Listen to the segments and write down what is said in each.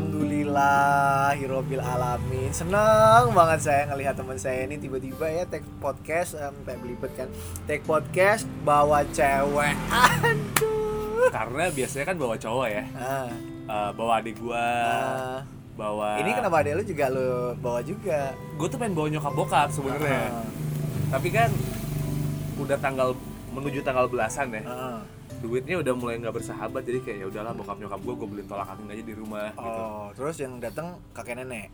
Alhamdulillah, Hirobil Alamin. Senang banget saya ngelihat teman saya ini tiba-tiba ya take podcast, em, kayak belibet kan. Take podcast bawa cewek. Aduh. karena biasanya kan bawa cowok ya Ah, Eh, bawa adik gua ah. bawa ini kenapa ada lu juga lu bawa juga? gue tuh pengen bawa nyokap bokap sebenarnya Ah, tapi kan udah tanggal menuju tanggal belasan ya ah. duitnya udah mulai nggak bersahabat jadi kayak ya udahlah bokap nyokap gua gue beliin tolak angin aja di rumah gitu Oh, terus yang datang kakek nenek.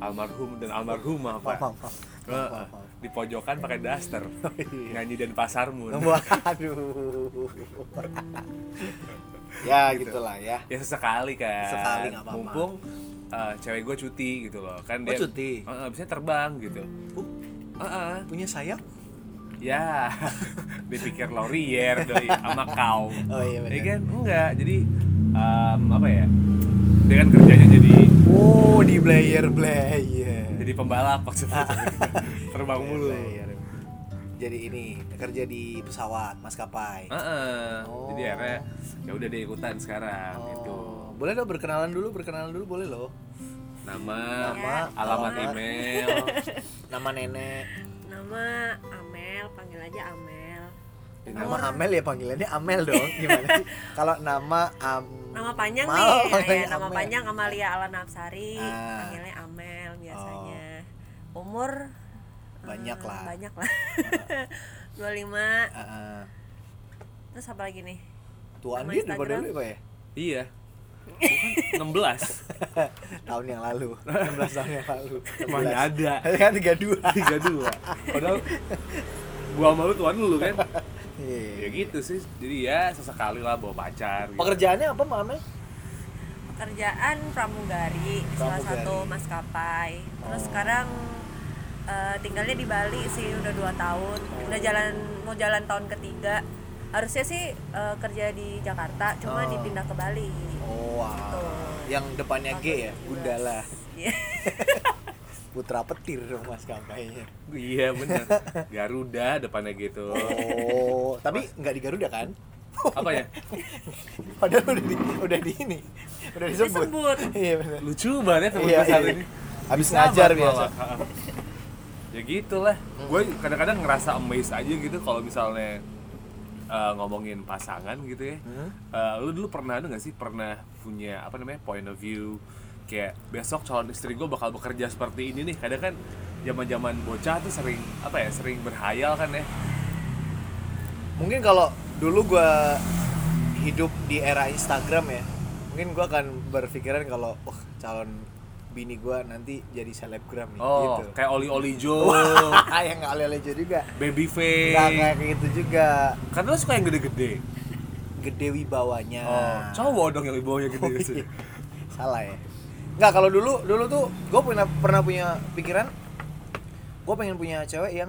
almarhum dan almarhumah pak Pam, pam, pam. Heeh. pam, pam. di pojokan pakai daster iya. nyanyi dan pasarmu Waduh. ya gitulah ya. ya sesekali kan Sekali nggak apa-apa. mumpung eh, cewek gue cuti gitu loh kan Oh, dia cuti. Heeh, abisnya terbang gitu eh. Uh, Heeh. punya sayap? ya dipikir Laurier doi sama kau Oh iya ya benar. kan enggak jadi em, apa ya dia kan kerjanya jadi Oh, di player player. jadi pembalap maksudnya Iya, terbang mulu Player. Jadi ini kerja di pesawat maskapai. Heeh. Oh. jadi akhirnya ya udah dia ikutan sekarang gitu Oh, boleh dong berkenalan dulu, berkenalan dulu boleh loh. nama, Nama, alamat. alamat email Oh, Nama nenek, Nama Amel, panggil aja Amel. nama Amel ya panggilannya Amel dong. Gimana sih? Kalau nama Am Nama panjang Mau, nih, panggilnya ya, nama Amel. panjang Amalia Alana Apsari, Ah. Oh. panggilnya Amel biasanya. Umur eh, Banyak lah. Banyak lah. 25. Ah, ah. Terus apa lagi nih? tuaan Nama dia daripada Instagram. lu ya, Pak ya? iya Bukan, 16 tahun yang lalu 16 tahun yang lalu Emang 16. ada kan 32 tiga dua padahal gua malu tuan lu kan ya Iya. gitu sih jadi ya sesekali lah bawa pacar gitu. pekerjaannya apa mame Pekerjaan pramugari, di salah Pramugari. satu maskapai. Terus Oh. sekarang eh, tinggalnya di Bali sih udah dua tahun. Oh. Udah jalan mau jalan tahun ketiga. Harusnya sih eh, kerja di Jakarta, cuma Oh. dipindah ke Bali. oh wow. yang depannya G ya Gundala Iya. putra petir dong mas kampanye iya bener Garuda depannya gitu oh tapi nggak di Garuda kan apa ya padahal udah di udah di ini udah disebut Disebut. iya benar lucu banget ya temen Iya, gua saat iya. ini habis Sabar ngajar malah. biasa ya gitulah gue kadang-kadang ngerasa amazed aja gitu kalau misalnya eh, ngomongin pasangan gitu ya Hmm? Eh, lu dulu pernah ada nggak sih pernah punya apa namanya point of view kayak besok calon istri gue bakal bekerja seperti ini nih kadang kan zaman zaman bocah tuh sering apa ya sering berhayal kan ya mungkin kalau dulu gua hidup di era Instagram ya mungkin gua akan berpikiran kalau wah calon bini gua nanti jadi selebgram nih oh gitu kayak oli oli joe yang nggak lele juga baby nggak kayak face gitu juga karena lu suka yang gede-gede gede wibawanya oh cowok dong yang bawahnya Gitu, gede Iya. Oh, sih iya. salah ya nggak kalau dulu dulu tuh gue punya pernah punya pikiran gue pengen punya cewek yang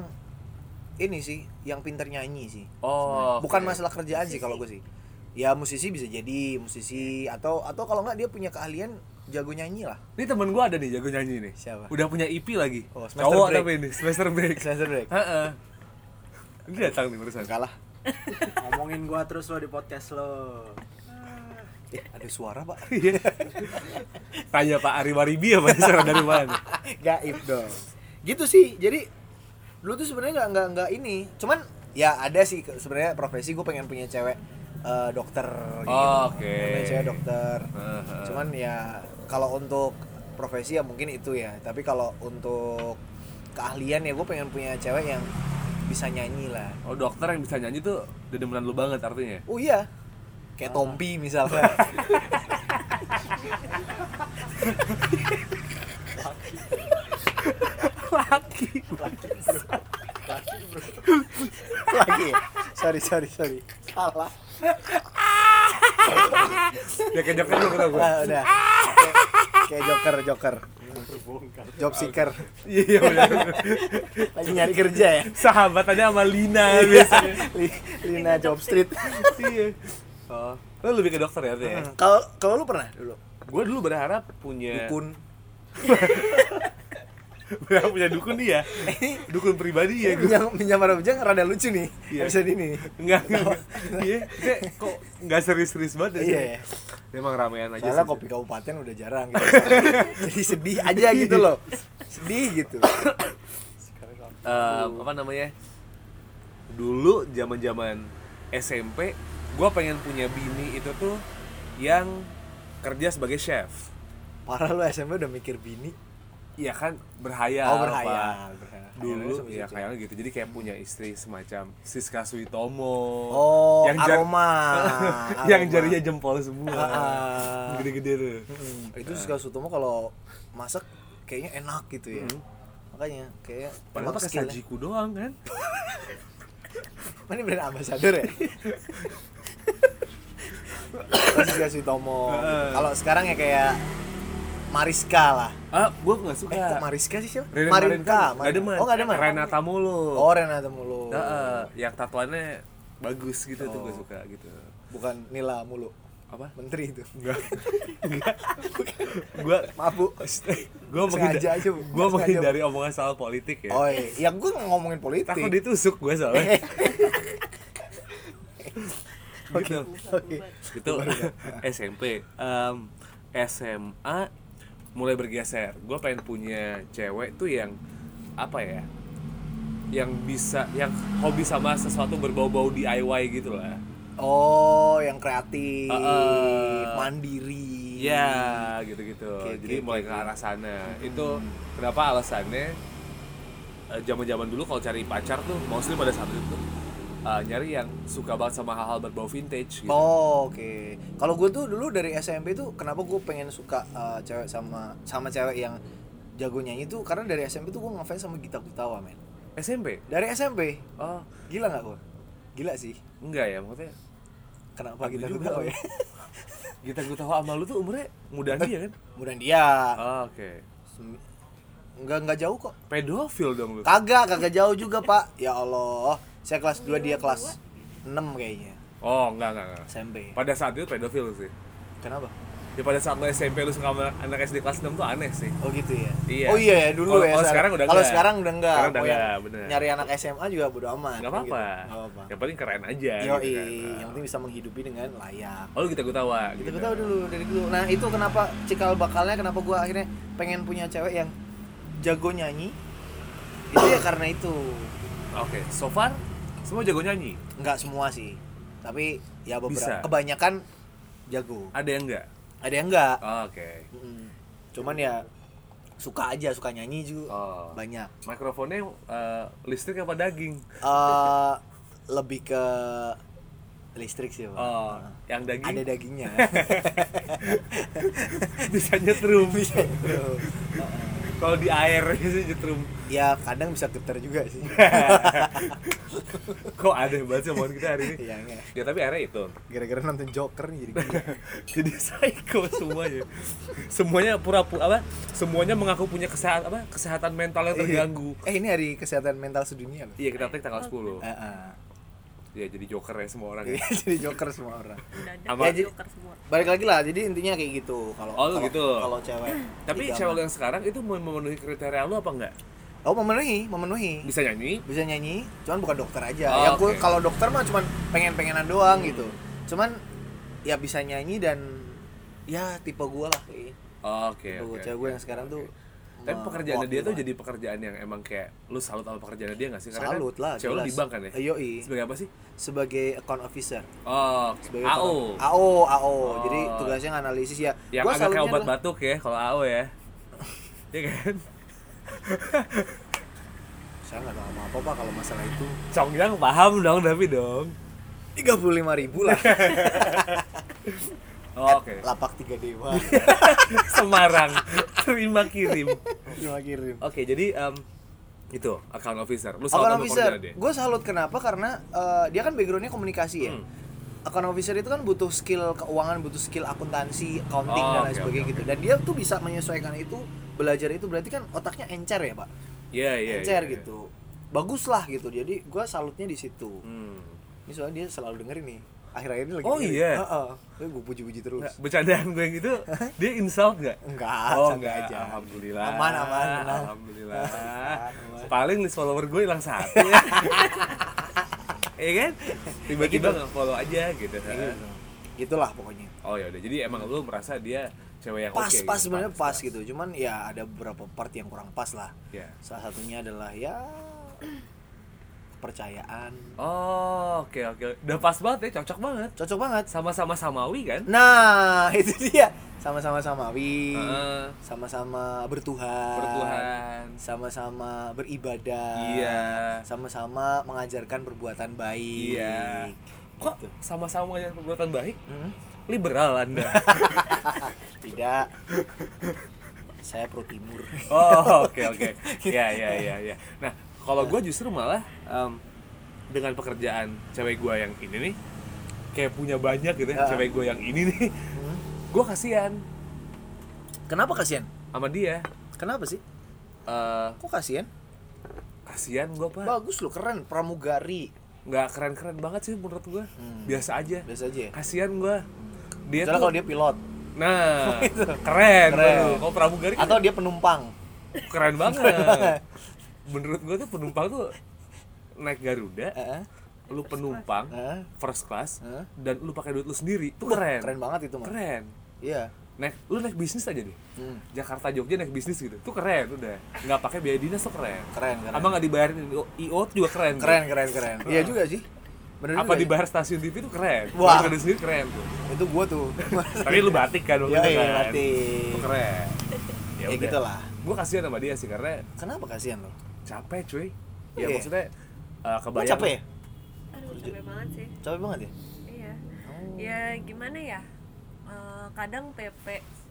ini sih yang pinter nyanyi sih oh bukan oke. masalah kerjaan sih kalau gue sih ya musisi bisa jadi musisi atau atau kalau nggak dia punya keahlian jago nyanyi lah Ini temen gue ada nih jago nyanyi nih. Siapa? Udah punya EP lagi. Oh, semester Cowok break. tapi ini semester break. Semester break. Heeh. Ini datang nih barusan. enggak lah ngomongin gua terus lo di podcast lo Eh, ada suara pak Iya. Tanya Pak Ari Waribi apa nih, suara dari mana? gaib dong gitu sih jadi dulu tuh sebenarnya nggak nggak nggak ini cuman ya ada sih ke- sebenarnya profesi gue pengen punya cewek eh, dokter gitu. Oh, oke. Pengen cewek dokter Heeh. cuman ya kalau untuk profesi ya mungkin itu ya tapi kalau untuk keahlian ya gue pengen punya cewek yang bisa nyanyi lah Oh dokter yang bisa nyanyi tuh dedemenan lu banget artinya. oh iya kayak Tompi misalnya Laki. lagi ya? sorry sorry sorry salah ya kayak dokter lu kenapa gue? Ah, udah Kayak- kayak joker joker job seeker Iya iya bener. lagi nyari kerja ya Sahabatannya sama Lina biasanya. Li- Lina Job Street Iya. Oh, lu lebih ke dokter ya artinya? kalau kalau lu pernah dulu Gue dulu berharap punya dukun Benar punya dukun dia. Dukun pribadi ya gue. Menyam- Menyamar Bujang rada lucu nih Iya. episode ini. Enggak, enggak. Iya, kita kok enggak serius-serius banget ya, Iya, sih? iya. Emang ramean aja Soalnya sih. kopi kabupaten udah jarang gitu. Jadi sedih aja gitu loh. Sedih gitu. Eh, apa namanya? Dulu zaman-zaman SMP, gua pengen punya bini itu tuh yang kerja sebagai chef. Parah lu SMP udah mikir bini. Iya kan berhayal, Oh, Pak. berhayal, berhayal. Hayalnya dulu sama ya situ. kayaknya gitu jadi kayak punya istri semacam Siska Suitomo Oh, jar- aroma. Aroma. yang jarinya jempol semua Ah. gede-gede tuh Hmm, itu suka Sutomo kalau masak kayaknya enak gitu ya. Mm. Makanya kayak padahal pakai sajiku doang kan Mana brand ambassador ya? Terus juga Sutomo. Heeh. Kalau sekarang ya kayak Mariska lah. ah gua nggak suka Eh, kok Mariska sih siapa? Renata Marinka. Marinka. Nggak ada Marinka. man. Oh, enggak ada man. Renata mulu Oh, Renata mulu. Heeh, yang tatuannya bagus gitu tuh gua Oh. suka gitu Bukan Nila mulu. apa Menteri itu. enggak gua Maaf, Bu. gua Sengaja menghindari aja, Bu. gua Sengaja, Bu. menghindari omongan soal politik ya Oh, iya. Ya gue ngomongin politik. takut ditusuk gua soalnya gitu Oke. itu SMP Em, SMA mulai bergeser gue pengen punya cewek tuh yang apa ya yang bisa yang hobi sama sesuatu berbau-bau DIY gitu lah Oh, yang kreatif, Heeh. mandiri. Iya gitu-gitu Hmm. Oke, jadi oke, mulai oke. Hmm. ke arah sana itu kenapa alasannya eh, zaman-zaman dulu kalau cari pacar tuh mostly pada saat itu eh, nyari yang suka banget sama hal-hal berbau vintage gitu Oh, oke. Kalau gue tuh dulu dari SMP tuh kenapa gue pengen suka uh, cewek sama sama cewek yang jago nyanyi tuh karena dari SMP tuh gue ngefans sama Gita Gutawa, men. SMP Dari SMP. oh Gila nggak gue? Gila sih. enggak ya maksudnya Kenapa Aku Gita juga, Gutawa ya? Gita gue tahu sama lu tuh umurnya muda dia kan? Kemudian dia Ah, Oke. sem- nggak nggak jauh kok. Pedofil dong lu. Kagak, kagak jauh juga, Pak. Ya Allah. Saya kelas 2, dia kelas 6 kayaknya. Oh, enggak enggak enggak. SMP. Pada saat itu pedofil sih. Kenapa? Ya pada saat lu SMP lu suka sama anak SD kelas 6 tuh aneh sih. Oh gitu ya. Iya. Oh iya ya dulu Kalau- ya. kalau Sar. sekarang udah Kalau enggak. sekarang udah enggak. Sekarang udah Mau yang enggak, bener. Nyari anak SMA juga bodo amat. Enggak kan apa-apa. Gitu. Nggak apa-apa. Yang penting keren aja Yoi, gitu kan. yang penting bisa menghidupi dengan layak. Oh, lu kita gue tawa. Kita tahu dulu dari dulu. Nah, itu kenapa cikal bakalnya kenapa gua akhirnya pengen punya cewek yang jago nyanyi. Itu ya karena itu. Oke, so far semua jago nyanyi. Enggak semua sih. Tapi ya Bisa. beberapa kebanyakan jago. Ada yang enggak? Ada yang enggak. Oh, Oke. Mm. Cuman ya suka aja, suka nyanyi juga. Oh. Banyak. Mikrofonnya eh, listrik apa daging? eh lebih ke listrik sih, Pak. Oh, yang Ada daging dagingnya. bisa nyetrum. Tuh. Kalau di air sih nyetrum. ya kadang bisa getar juga sih. Kok aneh banget sih omongan kita hari ini? Iya, iya. Ya tapi akhirnya itu Gara-gara nonton Joker nih jadi gini. Jadi psycho semuanya Semuanya pura-pura apa? Semuanya mengaku punya kesehatan apa? Kesehatan mental yang terganggu Eh ini hari kesehatan mental sedunia loh. Iya kita take tanggal 10 Eh, eh. Ya jadi joker ya semua orang ya Iya, jadi Joker semua orang. Ya, Mendadak Apa? jadi joker semua. Balik lagi lah, jadi intinya kayak gitu kalau Oh, kalau- gitu. kalau cewek. Tapi tiga cewek mah. lu yang sekarang itu mem- memenuhi kriteria lu apa enggak? Oh, memenuhi, memenuhi. Bisa nyanyi? bisa nyanyi cuman bukan dokter aja Oh, ya gue oke. kalau dokter mah cuman pengen pengenan doang gitu cuman ya bisa nyanyi dan ya tipe gue lah kayaknya Iya, Oke Tipe oke gua- cewek gue yang sekarang tuh Tapi me- pekerjaan dia tuh mewakili jadi pekerjaan yang emang kayak Lu salut sama pekerjaan dia gak sih? banget. salut kan lah jelas. Cewek lu Iya, di bank kan ya? Yoi. Sebagai apa sih? sebagai account officer Oh, sebagai AO account- AO AO jadi Oh. tugasnya analisis ya yang Gua agak kayak salutnya obat adalah- batuk ya kalau AO ya ya kan saya nggak tahu apa apa pak kalau masalah itu Chongyang paham dong tapi dong tiga puluh lima ribu lah Oh, oke lapak tiga dewa Semarang terima kirim cuma kirim oke jadi em itu account officer lu Account salah officer, deh gue salut kenapa karena eh, dia kan backgroundnya komunikasi ya. Hmm. Account officer itu kan butuh skill keuangan, butuh skill akuntansi, accounting Oh, dan lain oke, sebagainya oke, gitu. Dan dia tuh bisa menyesuaikan itu, belajar itu berarti kan otaknya encer ya pak, iya iya encer iya, iya. gitu. Bagus lah gitu. Jadi gue salutnya di situ. hmm. Ini soalnya dia selalu dengerin nih. akhir-akhir ini lagi Oh, nyari. iya. Heeh. gue puji-puji terus Nggak, bercandaan gue yang gitu dia insult nggak Enggak, oh santai enggak aja. alhamdulillah Aman, aman, aman. alhamdulillah paling list follower gue hilang satu ya kan tiba-tiba nggak follow aja gitu Iya. gitulah pokoknya oh ya udah jadi emang lu merasa dia cewek yang pas oke, pas gitu? sebenarnya pas, gitu cuman ya ada beberapa part yang kurang pas lah ya salah satunya adalah ya kepercayaan oh oke oke udah pas banget ya cocok banget cocok banget sama-sama samawi kan nah itu dia sama-sama samawi Heeh. sama-sama bertuhan bertuhan sama-sama beribadah iya sama-sama mengajarkan perbuatan baik Iya. kok Gitu. sama-sama mengajar perbuatan baik Hmm? liberal anda tidak saya pro timur Oh oke oke Gitu. ya ya ya ya. Nah kalau gue justru malah em, dengan pekerjaan cewek gue yang ini nih kayak punya banyak gitu ya Ah. cewek gue yang ini nih Hmm. gue kasihan kenapa kasihan sama dia kenapa sih Eh kok kasihan kasihan gue pak bagus loh keren pramugari nggak keren keren banget sih menurut gue Hmm. biasa aja biasa aja ya kasihan gue dia Kecuali tuh kalau dia pilot nah keren, Keren. baru. kalau pramugari kan atau dia penumpang keren banget menurut gue tuh penumpang tuh naik Garuda Heeh. lu penumpang Heeh. first class Heeh. dan lu pakai duit lu sendiri Eh. itu Wah, keren keren banget itu mah keren iya naik lu naik bisnis aja deh Hmm, Jakarta Jogja naik bisnis gitu tuh keren udah nggak pakai biaya dinas tuh keren keren keren apa nggak dibayarin IO tuh juga keren keren keren keren iya juga sih bener apa juga dibayar stasiun TV tuh keren Wah. Lu pakai duit sendiri keren tuh sih. itu gua tuh tapi lu batik kan waktu ya itu iya kan berarti Itu keren ya gitu lah gue kasihan sama dia sih karena kenapa kasihan lo capek cuy ya Iya. maksudnya eh, Gua kebayang capek ya aduh capek banget sih capek banget ya iya Oh. ya gimana ya Eh, kadang PP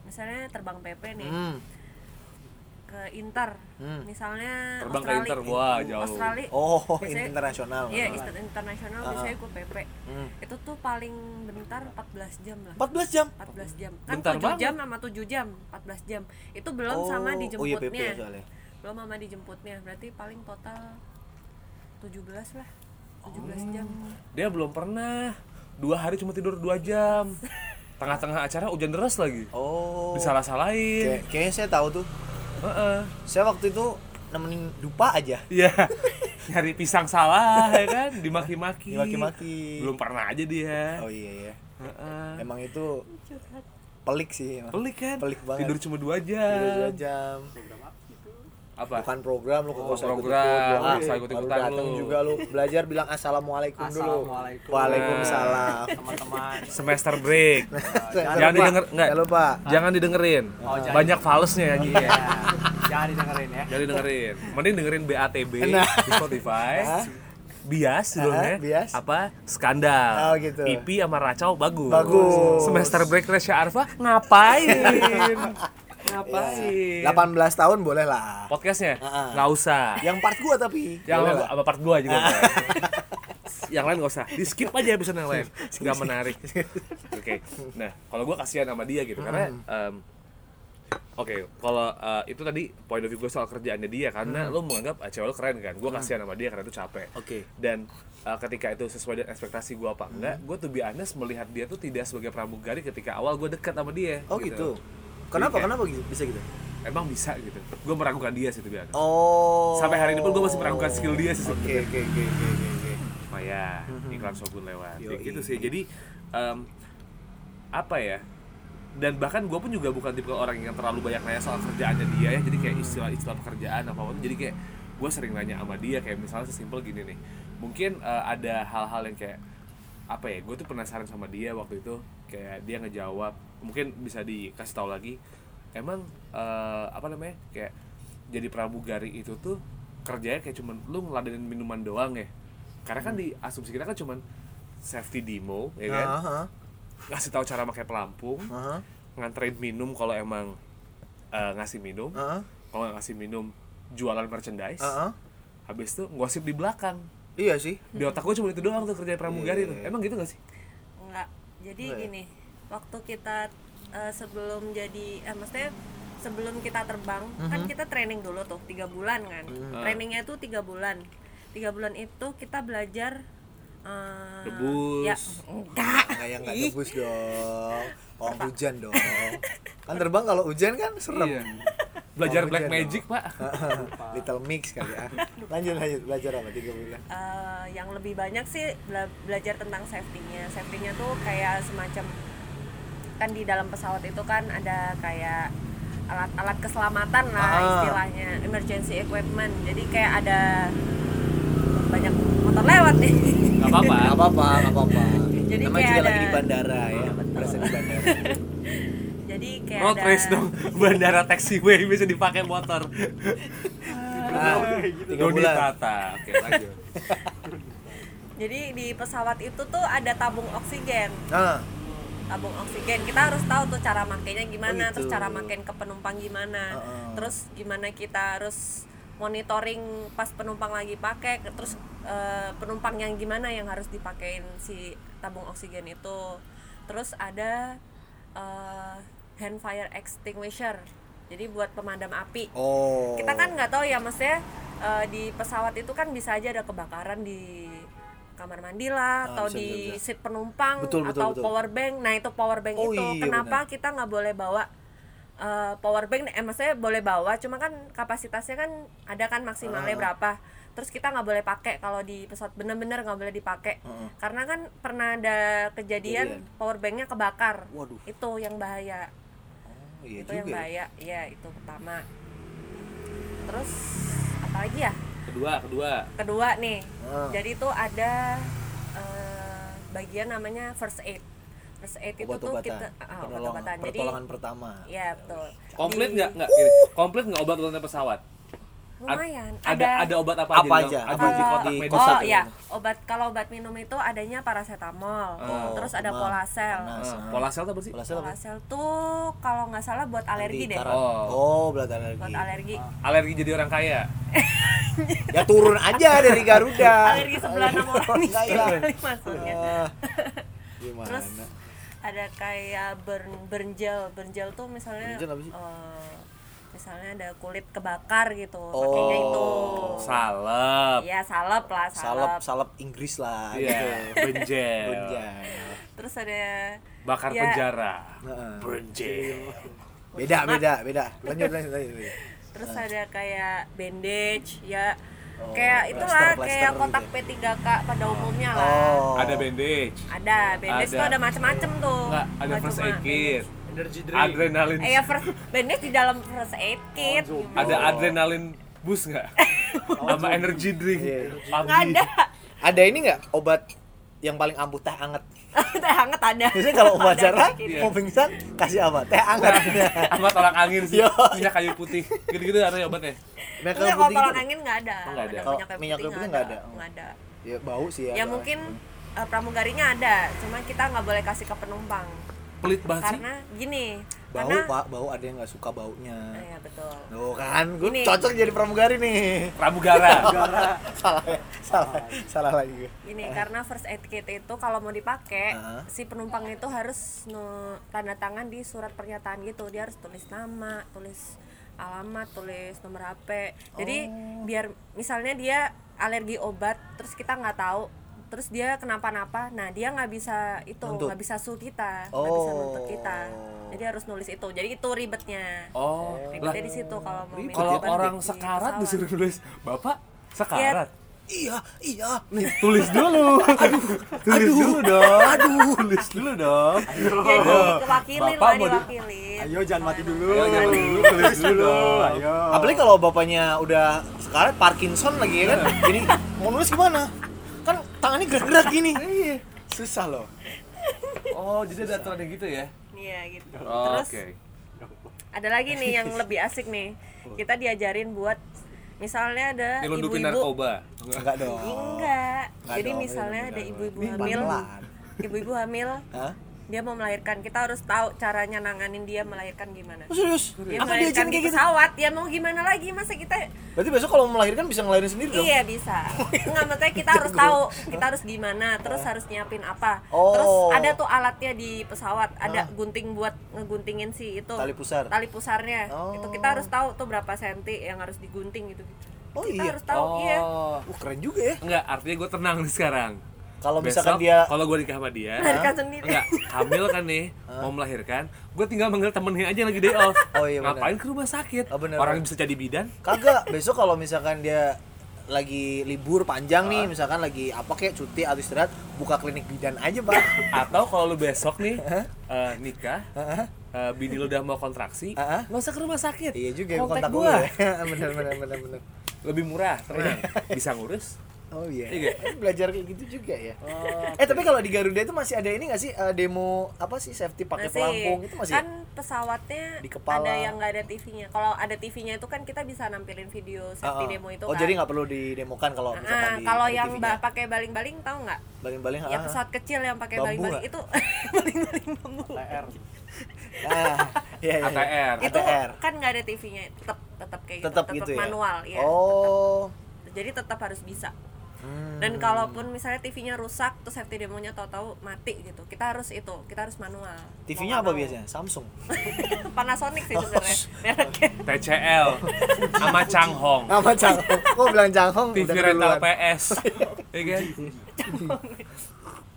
misalnya terbang PP nih hmm. ke Inter Hmm. misalnya terbang ke Australia Inter wah jauh Australia oh Biasanya- internasional iya inter- internasional Ah, biasanya gue PP Hmm. itu tuh paling bentar 14 jam lah 14 jam 14 jam kan Bentar 7 banget. jam sama 7 jam 14 jam itu belum sama oh iya PP dijemputnya soalnya belum sama dijemputnya berarti paling total 17 lah Oh. 17 jam dia belum pernah dua hari cuma tidur dua jam tengah-tengah acara hujan deras lagi oh Kayak- disalah-salahin kayaknya saya tahu tuh Heeh. saya waktu itu nemenin dupa aja Iya, nyari pisang salah ya kan, dimaki-maki. Dimaki-maki. Belum pernah aja dia. oh iya ya Heeh. emang itu pelik sih emang. Pelik kan? Pelik banget. Tidur cuma dua Tidur dua jam. jam Apa? bukan program lu ke Oh, kosan program. Ah, Nggak usah baru ikut-ikutan datang lu. juga lu belajar bilang assalamualaikum dulu Assalamualaikum. waalaikumsalam teman-teman Semester break. Jangan lupa, didenger, enggak. jangan lupa Jangan didengerin. Oh, jangan. Banyak falsnya ya. iya jangan didengerin ya Jangan didengerin. Mending dengerin BATB Nah. di Spotify. Hah? Bias judulnya. bias. Apa? Skandal. Oh, gitu. IP sama Racau bagus. Bagus. Iya. Semester break Resya Arfa ngapain? ngapain? Ya, 18 tahun boleh lah podcastnya Heeh. nggak usah yang part gua tapi yang Boleh lain lah. Ah. apa part gua juga boleh. yang lain nggak usah di skip aja episode yang lain nggak menarik oke nah kalau gua kasihan sama dia gitu karena Hmm. em, oke kalau eh, itu tadi point of view gue soal kerjaannya dia karena lo menganggap ah, cewek lo keren kan gua kasihan sama dia karena itu capek Hmm. Oke. dan eh, ketika itu sesuai dengan ekspektasi gua apa enggak Hmm. gua tuh be honest melihat dia tuh tidak sebagai pramugari ketika awal gua dekat sama dia oh gitu kenapa Jadi kayak- kenapa gitu bisa gitu emang bisa gitu gua meragukan dia sih tuh biasa oh Sampai hari ini pun gua masih meragukan skill dia sih oke oke oke oke oke, oke Oh ya, iklan Shogun lewat. Ya Yoi. gitu sih. Jadi em, apa ya? Dan bahkan gue pun juga bukan tipe orang yang terlalu banyak nanya soal kerjaannya dia ya. Jadi kayak istilah-istilah pekerjaan apa apa. Jadi kayak gue sering nanya sama dia kayak misalnya sesimpel gini nih. Mungkin eh, ada hal-hal yang kayak apa ya? Gue tuh penasaran sama dia waktu itu. Kayak dia ngejawab. Mungkin bisa dikasih tahu lagi. Emang eh, apa namanya? Kayak jadi pramugari itu tuh kerjanya kayak cuman lu ngeladenin minuman doang ya. Karena kan di asumsi kita kan cuman safety demo ya kan. Nah, aha, Ngasih tahu cara pakai pelampung, aha, nganterin minum kalau emang eh, ngasih minum, aha, kalau nggak ngasih minum jualan merchandise. aha. Habis itu ngosip di belakang. uh-huh. iya sih Di otak gue cuma itu doang tuh Iya, kerja pramugari tuh. Emang gitu gak sih? enggak jadi Enggak ya? gini waktu kita eh, sebelum jadi eh, maksudnya sebelum kita terbang kan Mhm. kita training dulu tuh tiga bulan kan trainingnya tuh tiga bulan tiga bulan itu kita belajar Eh, Rebus. ya enggak Nggak yang nggak debus dong. Oh hujan dong. Kan terbang kalau hujan kan serem. Iya. Belajar Orang black hujan magic, dong. Pak. Little mix kali ya. Lanjut lanjut belajar apa tiga bulan. Eh, yang lebih banyak sih bela- belajar tentang safety-nya. Safety-nya tuh kayak semacam kan di dalam pesawat itu kan ada kayak alat-alat keselamatan lah Ah. istilahnya, emergency equipment. Jadi kayak ada banyak motor lewat nih. Gak apa-apa. Nggak apa-apa, nggak apa-apa. Jadi Namanya kayak juga ada- Oh, lagi di bandara ya. Berasa di bandara. Jadi kayak Road Iya, ada race Oh, dong. Bandara taxiway bisa dipakai motor. Nah, Gitu. tiga Doni bulan. Tata. Oke, lanjut. Jadi di pesawat itu tuh ada tabung oksigen. Nah, tabung oksigen kita harus tahu tuh cara makainya Oh, gimana gitu. terus cara makin ke penumpang gimana Heeh. terus gimana kita harus monitoring pas penumpang lagi pakai ke- terus eh, penumpang yang gimana yang harus dipakein si tabung oksigen itu terus ada eh, hand fire extinguisher jadi buat pemadam api oh. kita kan nggak tahu ya maksudnya eh, di pesawat itu kan bisa aja ada kebakaran di kamar mandi Ah, lah atau bisa, di bisa, bisa. seat penumpang Betul, betul, atau betul. power bank nah itu power bank Oh, itu iya, kenapa kita nggak boleh bawa eh, power bank eh maksudnya boleh bawa cuma kan kapasitasnya kan ada kan Ah. maksimalnya berapa terus kita nggak boleh pakai kalau di pesawat bener-bener nggak boleh dipakai Heeh. karena kan pernah ada kejadian Ah. Kejadian. power banknya kebakar Waduh. itu yang bahaya Oh, iya itu juga. yang ya. bahaya ya itu pertama terus apa lagi ya Kedua, kedua. kedua nih Ah. jadi itu ada eh, bagian namanya first aid first aid itu tuh Obat-obatan. kita ah, Penolong- obat-obatan jadi pertolongan pertama. ya betul Komplit Di- nggak? Nggak. Uh. Komplit nggak obat-obatan pesawat? Ad- lumayan Ada ada obat apa, Apa aja? aja? di dalam? Apa Ada di aja? kotak Di medis. kotak. Oh iya, obat kalau obat minum itu adanya paracetamol, Oh, terus ada demam, polasel. panas. Eh, pola sel apa sih? Pola sel apa? Polasel tuh kalau nggak salah buat alergi deh, Antikarat. Oh. Oh, berat alergi. buat alergi. Alergi jadi orang kaya. Ya turun aja dari Garuda. Alergi sebelah enam orang nih, Enggak, Ah. iya. maksudnya. Ah, Gimana? Terus ada kayak burn burn gel, burn gel tuh Burn misalnya gel apa sih? eh, misalnya ada kulit kebakar gitu, Oh, pakainya itu. Oh. Salep. Ya salep lah, salep salep. salep Inggris lah gitu. Iya, benjel. Gonjang. Terus ada Bakar Ya. penjara. Heeh. Benjel. Nah. Beda, beda, beda. Lanjut, lanjut, lanjut. lanjut. terus ada kayak bandage ya Oh, plaster, kayak itulah plaster kayak gitu kotak ya? P3K pada umumnya lah. Oh. Ada bandage. Ada bandage Ada. tuh ada macem-macem tuh. Enggak, ada Nggak first cuma aid kit. Energy drink. Adrenalin. bandage. Eh ya first bandage di dalam first aid kit. Oh, gimana? Ada adrenalin bus nggak? Sama energy drink. Iya. PUBG. Nggak ada. Ada ini nggak obat yang paling ampuh teh anget? Teh hangat ada. Nah. Biasanya kalau upacara Ada. mau pingsan kasih apa? Teh anget. Nah, Iya, Sama tolak angin sih. Yo. Minyak kayu putih. Gitu-gitu ada ya obatnya. Nah, Enggak, kalau putih tolak gitu, angin nggak ada. Oh, nggak ada. Kalau kayu minyak kayu putih putih nggak ada. Nggak ada. Ya bau sih ya. Ya soalnya. mungkin eh, pramugarinya ada, cuma kita nggak boleh kasih ke penumpang Pelit banget sih. karena gini, bau karena Pak, bau ada yang nggak suka baunya. Ah, ya betul. Loh kan, gue Ini. cocok jadi pramugari nih. Pramugara. salah, ya? Oh. salah, salah lagi gue. Ini karena first aid kit itu kalau mau dipakai Ah. si penumpang itu harus nu- tanda tangan di surat pernyataan gitu. Dia harus tulis nama, tulis alamat, tulis nomor HP. Jadi biar misalnya dia alergi obat terus kita nggak tahu terus dia kenapa-napa, nah dia nggak bisa itu Nuntut. nggak bisa sue kita, nggak bisa nuntut Oh. kita, jadi harus nulis itu, jadi itu ribetnya, Oh, lah ribetnya di situ kalau mau minum kalau obat orang di sekarat pesawat. disuruh nulis, "Bapak sekarat." Iya, iya. Nih, tulis dulu. tulis dulu dong. Aduh, tulis dulu dong. jadi Iya, diwakilin Bapak lah mau di- diwakilin, Ayo jangan mati dulu. Ayo jangan mati dulu, tulis dulu dong. Ayo. Apalagi kalau bapaknya udah sekarat Parkinson lagi ya kan. Iya. Jadi mau nulis gimana? Kan tangannya gerak-gerak gini. Susah loh. Iya. Oh, jadi ada aturannya gitu ya. iya gitu, Oh, Oke. terus ada lagi nih yang lebih asik nih kita diajarin buat misalnya ada Nyelundupin ibu-ibu narkoba. Enggak dong. enggak Nggak jadi dong, misalnya ini ada bukan. ibu-ibu Ini hamil pelan-pelan. ibu-ibu hamil Hah? dia mau melahirkan kita harus tahu caranya nanganin dia melahirkan gimana Oh, serius? Iya, dia Apa dia melahirkan izin kayak di gitu? pesawat ya mau gimana lagi masa kita Berarti besok kalau melahirkan bisa ngelahirin sendiri dong? Gitu. Iya bisa. Enggak maksudnya kita harus tahu kita harus gimana, terus harus nyiapin apa. Oh. Terus ada tuh alatnya di pesawat, ada gunting buat ngeguntingin si itu. Tali pusar. Tali pusarnya. Oh. Itu kita harus tahu tuh berapa senti yang harus digunting gitu. Oh kita iya. harus tahu iya. Oh. Wah, keren juga ya. Enggak, artinya gue tenang nih sekarang. kalau Besok, misalkan dia kalau gue nikah sama dia Melahirkan sendiri. enggak hamil kan nih mau melahirkan gue tinggal manggil temennya aja yang lagi day off Oh, iya, benar. ngapain ke rumah sakit Oh, benar, orang benar. bisa jadi bidan kagak besok kalau misalkan dia lagi libur panjang nih misalkan lagi apa kayak cuti atau istirahat buka klinik bidan aja bang atau kalau lu besok nih eh, nikah eh, bini lu udah mau kontraksi Heeh. nggak usah ke rumah sakit iya juga kontak, kontak, gua gue bener bener bener bener lebih murah tenang bisa ngurus oh iya Iya. Eh, belajar kayak gitu juga ya Oh, eh tapi kalau di Garuda itu masih ada ini nggak sih eh, demo apa sih safety pakai Masih. pelampung itu masih ya? kan pesawatnya Di kepala. ada yang nggak ada TV-nya kalau ada TV-nya itu kan kita bisa nampilin video safety Ah, ah. demo itu oh kan jadi nggak perlu didemokan kalau Ah, misalkan di kalau di yang TV-nya. ba- pakai baling-baling tahu nggak baling-baling yang ah. pesawat kecil yang pakai Bambu baling-baling nggak? itu baling-baling bambu TR ah, iya, iya, iya. ATR itu ATR. kan nggak ada TV-nya tetap tetap kayak gitu tetap gitu ya manual ya oh tetap. jadi tetap harus bisa Hmm. dan kalaupun misalnya TV-nya rusak terus safety demonya tahu-tahu mati gitu kita harus itu kita harus manual TV-nya Mau apa nggak biasanya Samsung mau. Oh. Panasonic sih sebenarnya mereknya TCL sama Changhong nama Cangkong kok bilang Cangkong TV udah rental duluan. PS ya kan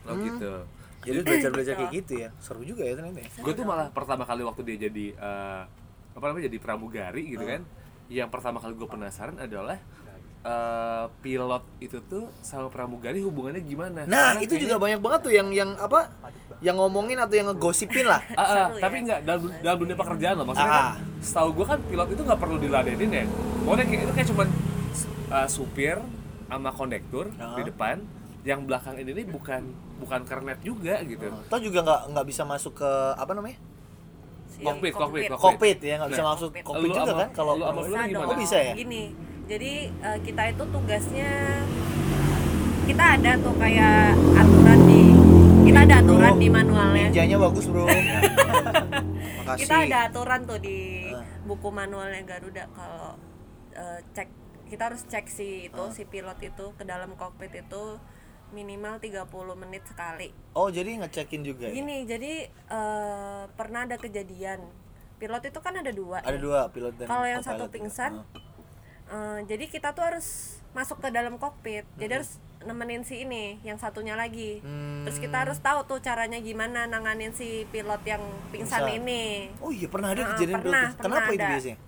oh gitu jadi belajar-belajar kayak gitu ya seru juga ya ternyata ya. gue tuh malah pertama kali waktu dia jadi eh, apa namanya jadi pramugari gitu kan yang pertama kali gue penasaran adalah eh, pilot itu tuh sama pramugari hubungannya gimana nah Karena itu ya. kayaknya- juga banyak banget tuh yang yang apa yang ngomongin atau yang ngegosipin lah Ah, ah, Seru ya. tapi nggak dalam dalam dunia pekerjaan loh maksudnya Ah, kan, ah. setahu gue kan pilot itu nggak perlu diladenin ya pokoknya kayak itu kayak cuman eh, supir sama kondektur di Ah. depan yang belakang ini nih bukan bukan kernet juga gitu atau juga nggak nggak bisa masuk ke apa namanya Si Kokpit, kokpit, kokpit. kokpit ya nggak bisa Nah, masuk kokpit. kokpit Lu juga sama- kan kalau lu sama- bisa gimana? Iya, Nah, dong. Oh, bisa ya? Gini. Jadi eh, kita itu tugasnya kita ada tuh kayak aturan di kita ada aturan Oh, di manualnya. ninjanya bagus bro Iya. makasih Kita ada aturan tuh di Ah. buku manualnya Garuda kalau eh, cek kita harus cek si itu Ah. si pilot itu ke dalam kokpit itu minimal 30 menit sekali. oh jadi ngecekin juga ya? Gini, jadi eh, pernah ada kejadian pilot itu kan ada dua. ada ya. dua pilot dan kalau yang satu co-pilot ya. pingsan Oh. eh, jadi kita tuh harus masuk ke dalam kokpit jadi harus nemenin si ini yang satunya lagi terus kita Hmm. harus tahu tuh caranya gimana nanganin si pilot yang pingsan, Pingsan. ini Oh iya pernah ada Ah, kejadian pernah, pilot. Kenapa pernah itu ada. biasanya?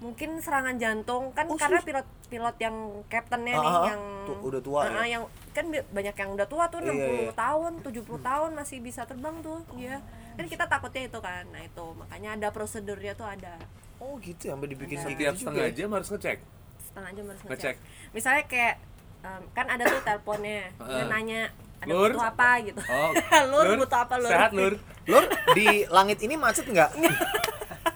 mungkin serangan jantung kan Oh, karena serius? pilot pilot yang kaptennya Ah, nih ah, ah. yang Tu- udah tua Ah, ah, yang kan bi- banyak yang udah tua tuh Iya, 60 iya. tahun 70 tahun masih bisa terbang tuh dia kan kita takutnya itu kan nah itu makanya ada prosedurnya tuh ada Oh gitu ya, sampai dibikin kayak setiap gitu setengah juga jam harus ngecek setengah jam harus Ngecek. ngecek. Misalnya kayak em, kan ada tuh teleponnya, dia Heeh. nanya ada Lur? butuh apa gitu. Oh, lur, butuh apa lur? Sehat Lur. ya? Lur, di langit ini macet nggak?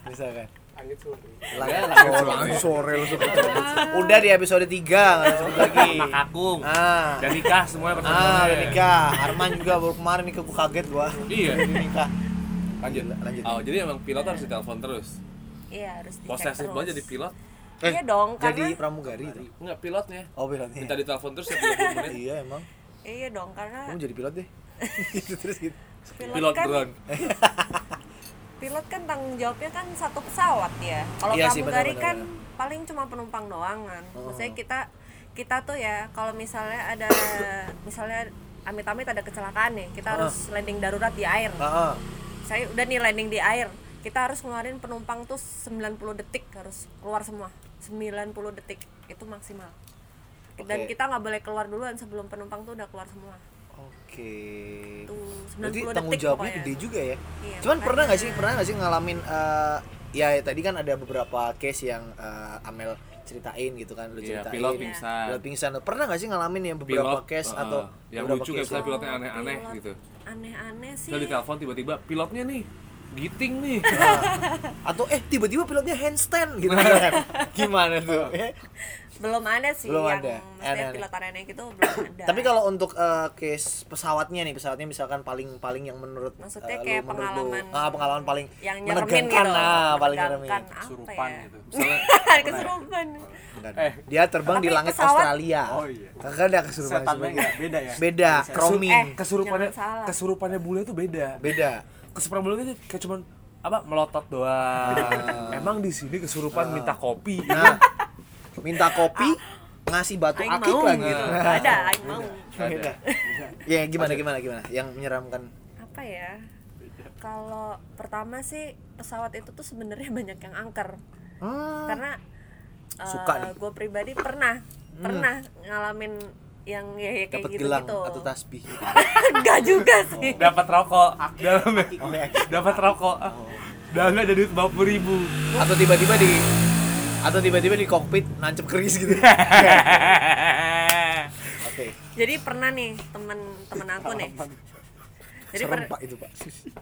Misalkan. Angin sore Langit Ya, langit sore. sore. Ah. Langit sore langsung ketemu. Udah di episode 3 nggak ada sebut lagi. Sama kakung. Ah. Dan nikah semuanya Ah, pertemuannya. udah nikah. Arman juga baru kemarin nikah, gua kaget gua. Iya. Udah nikah. Lanjut. Lanjut. Oh, jadi emang pilot harus ditelepon terus. Iya, harus dicek Posesif terus. banget jadi pilot. Iya dong, jadi karena pramugari itu. Enggak pilotnya. Oh, pilotnya. Minta ditelepon terus setiap 20 menit. Iya emang. iya dong karena Kamu jadi pilot deh. gitu terus gitu. pilot, Pilot kan drone. Iya, pilot kan tanggung jawabnya kan satu pesawat ya. Kalau Iya sih, pramugari benar-benar, Oh. kan paling cuma penumpang doang kan. Maksudnya kita kita tuh ya kalau misalnya ada misalnya amit-amit ada kecelakaan nih, kita harus Ah. landing darurat di air. Heeh. saya udah nih landing di air kita harus ngeluarin penumpang tuh 90 detik harus keluar semua 90 detik itu maksimal dan Oke. kita nggak boleh keluar duluan sebelum penumpang tuh udah keluar semua Oke. tuh 90 Berarti detik tanggung jawabnya pokoknya. gede juga ya. Iya, Cuman makanya. pernah nggak sih pernah nggak sih ngalamin eh, ya tadi kan ada beberapa case yang eh, Amel ceritain gitu kan lu Iya, ceritain. pilot pingsan. Pilot pingsan. Pernah nggak sih ngalamin yang beberapa Pilot, case eh, atau yang beberapa lucu kayak misalnya pilotnya Oh, aneh-aneh pilot gitu. aneh-aneh sih Terus ditelepon tiba-tiba pilotnya nih giting nih. atau eh tiba-tiba pilotnya handstand gitu kan. Gimana tuh? Eh, belum ada sih Belum yang ada. maksudnya Aneh-aneh. pilot aneh-aneh gitu belum ada Tapi kalau untuk eh, case pesawatnya nih, pesawatnya misalkan paling-paling yang menurut maksudnya eh, lu, kayak menurut lu, pengalaman ah, pengalaman paling yang nyeremin menegangkan gitu nah, paling nyeremin. Menegangkan apa Kesurupan ya? gitu. Misalnya kesurupan Enggak ada. Eh. dia terbang di Tapi langit pesawat- Australia. Oh, iya. Kagak ada kesurupan Setannya seperti nggak beda ya Beda, eh, roaming. kesurupannya jangan salah. kesurupannya bule tuh beda. Beda. Kesurupan bule itu kayak cuman apa melotot doang. Emang di sini kesurupan minta kopi. Nah, minta kopi, ngasih batu Aing akik mau lagi. nggak ada Aing mau Ada. Ya gimana gimana gimana yang menyeramkan. apa ya kalau pertama sih pesawat itu tuh sebenarnya banyak yang angker Hmm. karena Suka nih. gue pribadi pernah pernah ngalamin yang ya, ya Dapat kayak gitu gelang gitu atau tasbih. enggak juga sih Dapat rokok. Dalam ya? Oke. dapat rokok. Dalamnya ada duit 40 ribu. atau tiba-tiba di atau tiba-tiba di kokpit nancep keris gitu. Oke. jadi pernah nih temen temen aku nih jadi Serem per- Pak itu, Pak.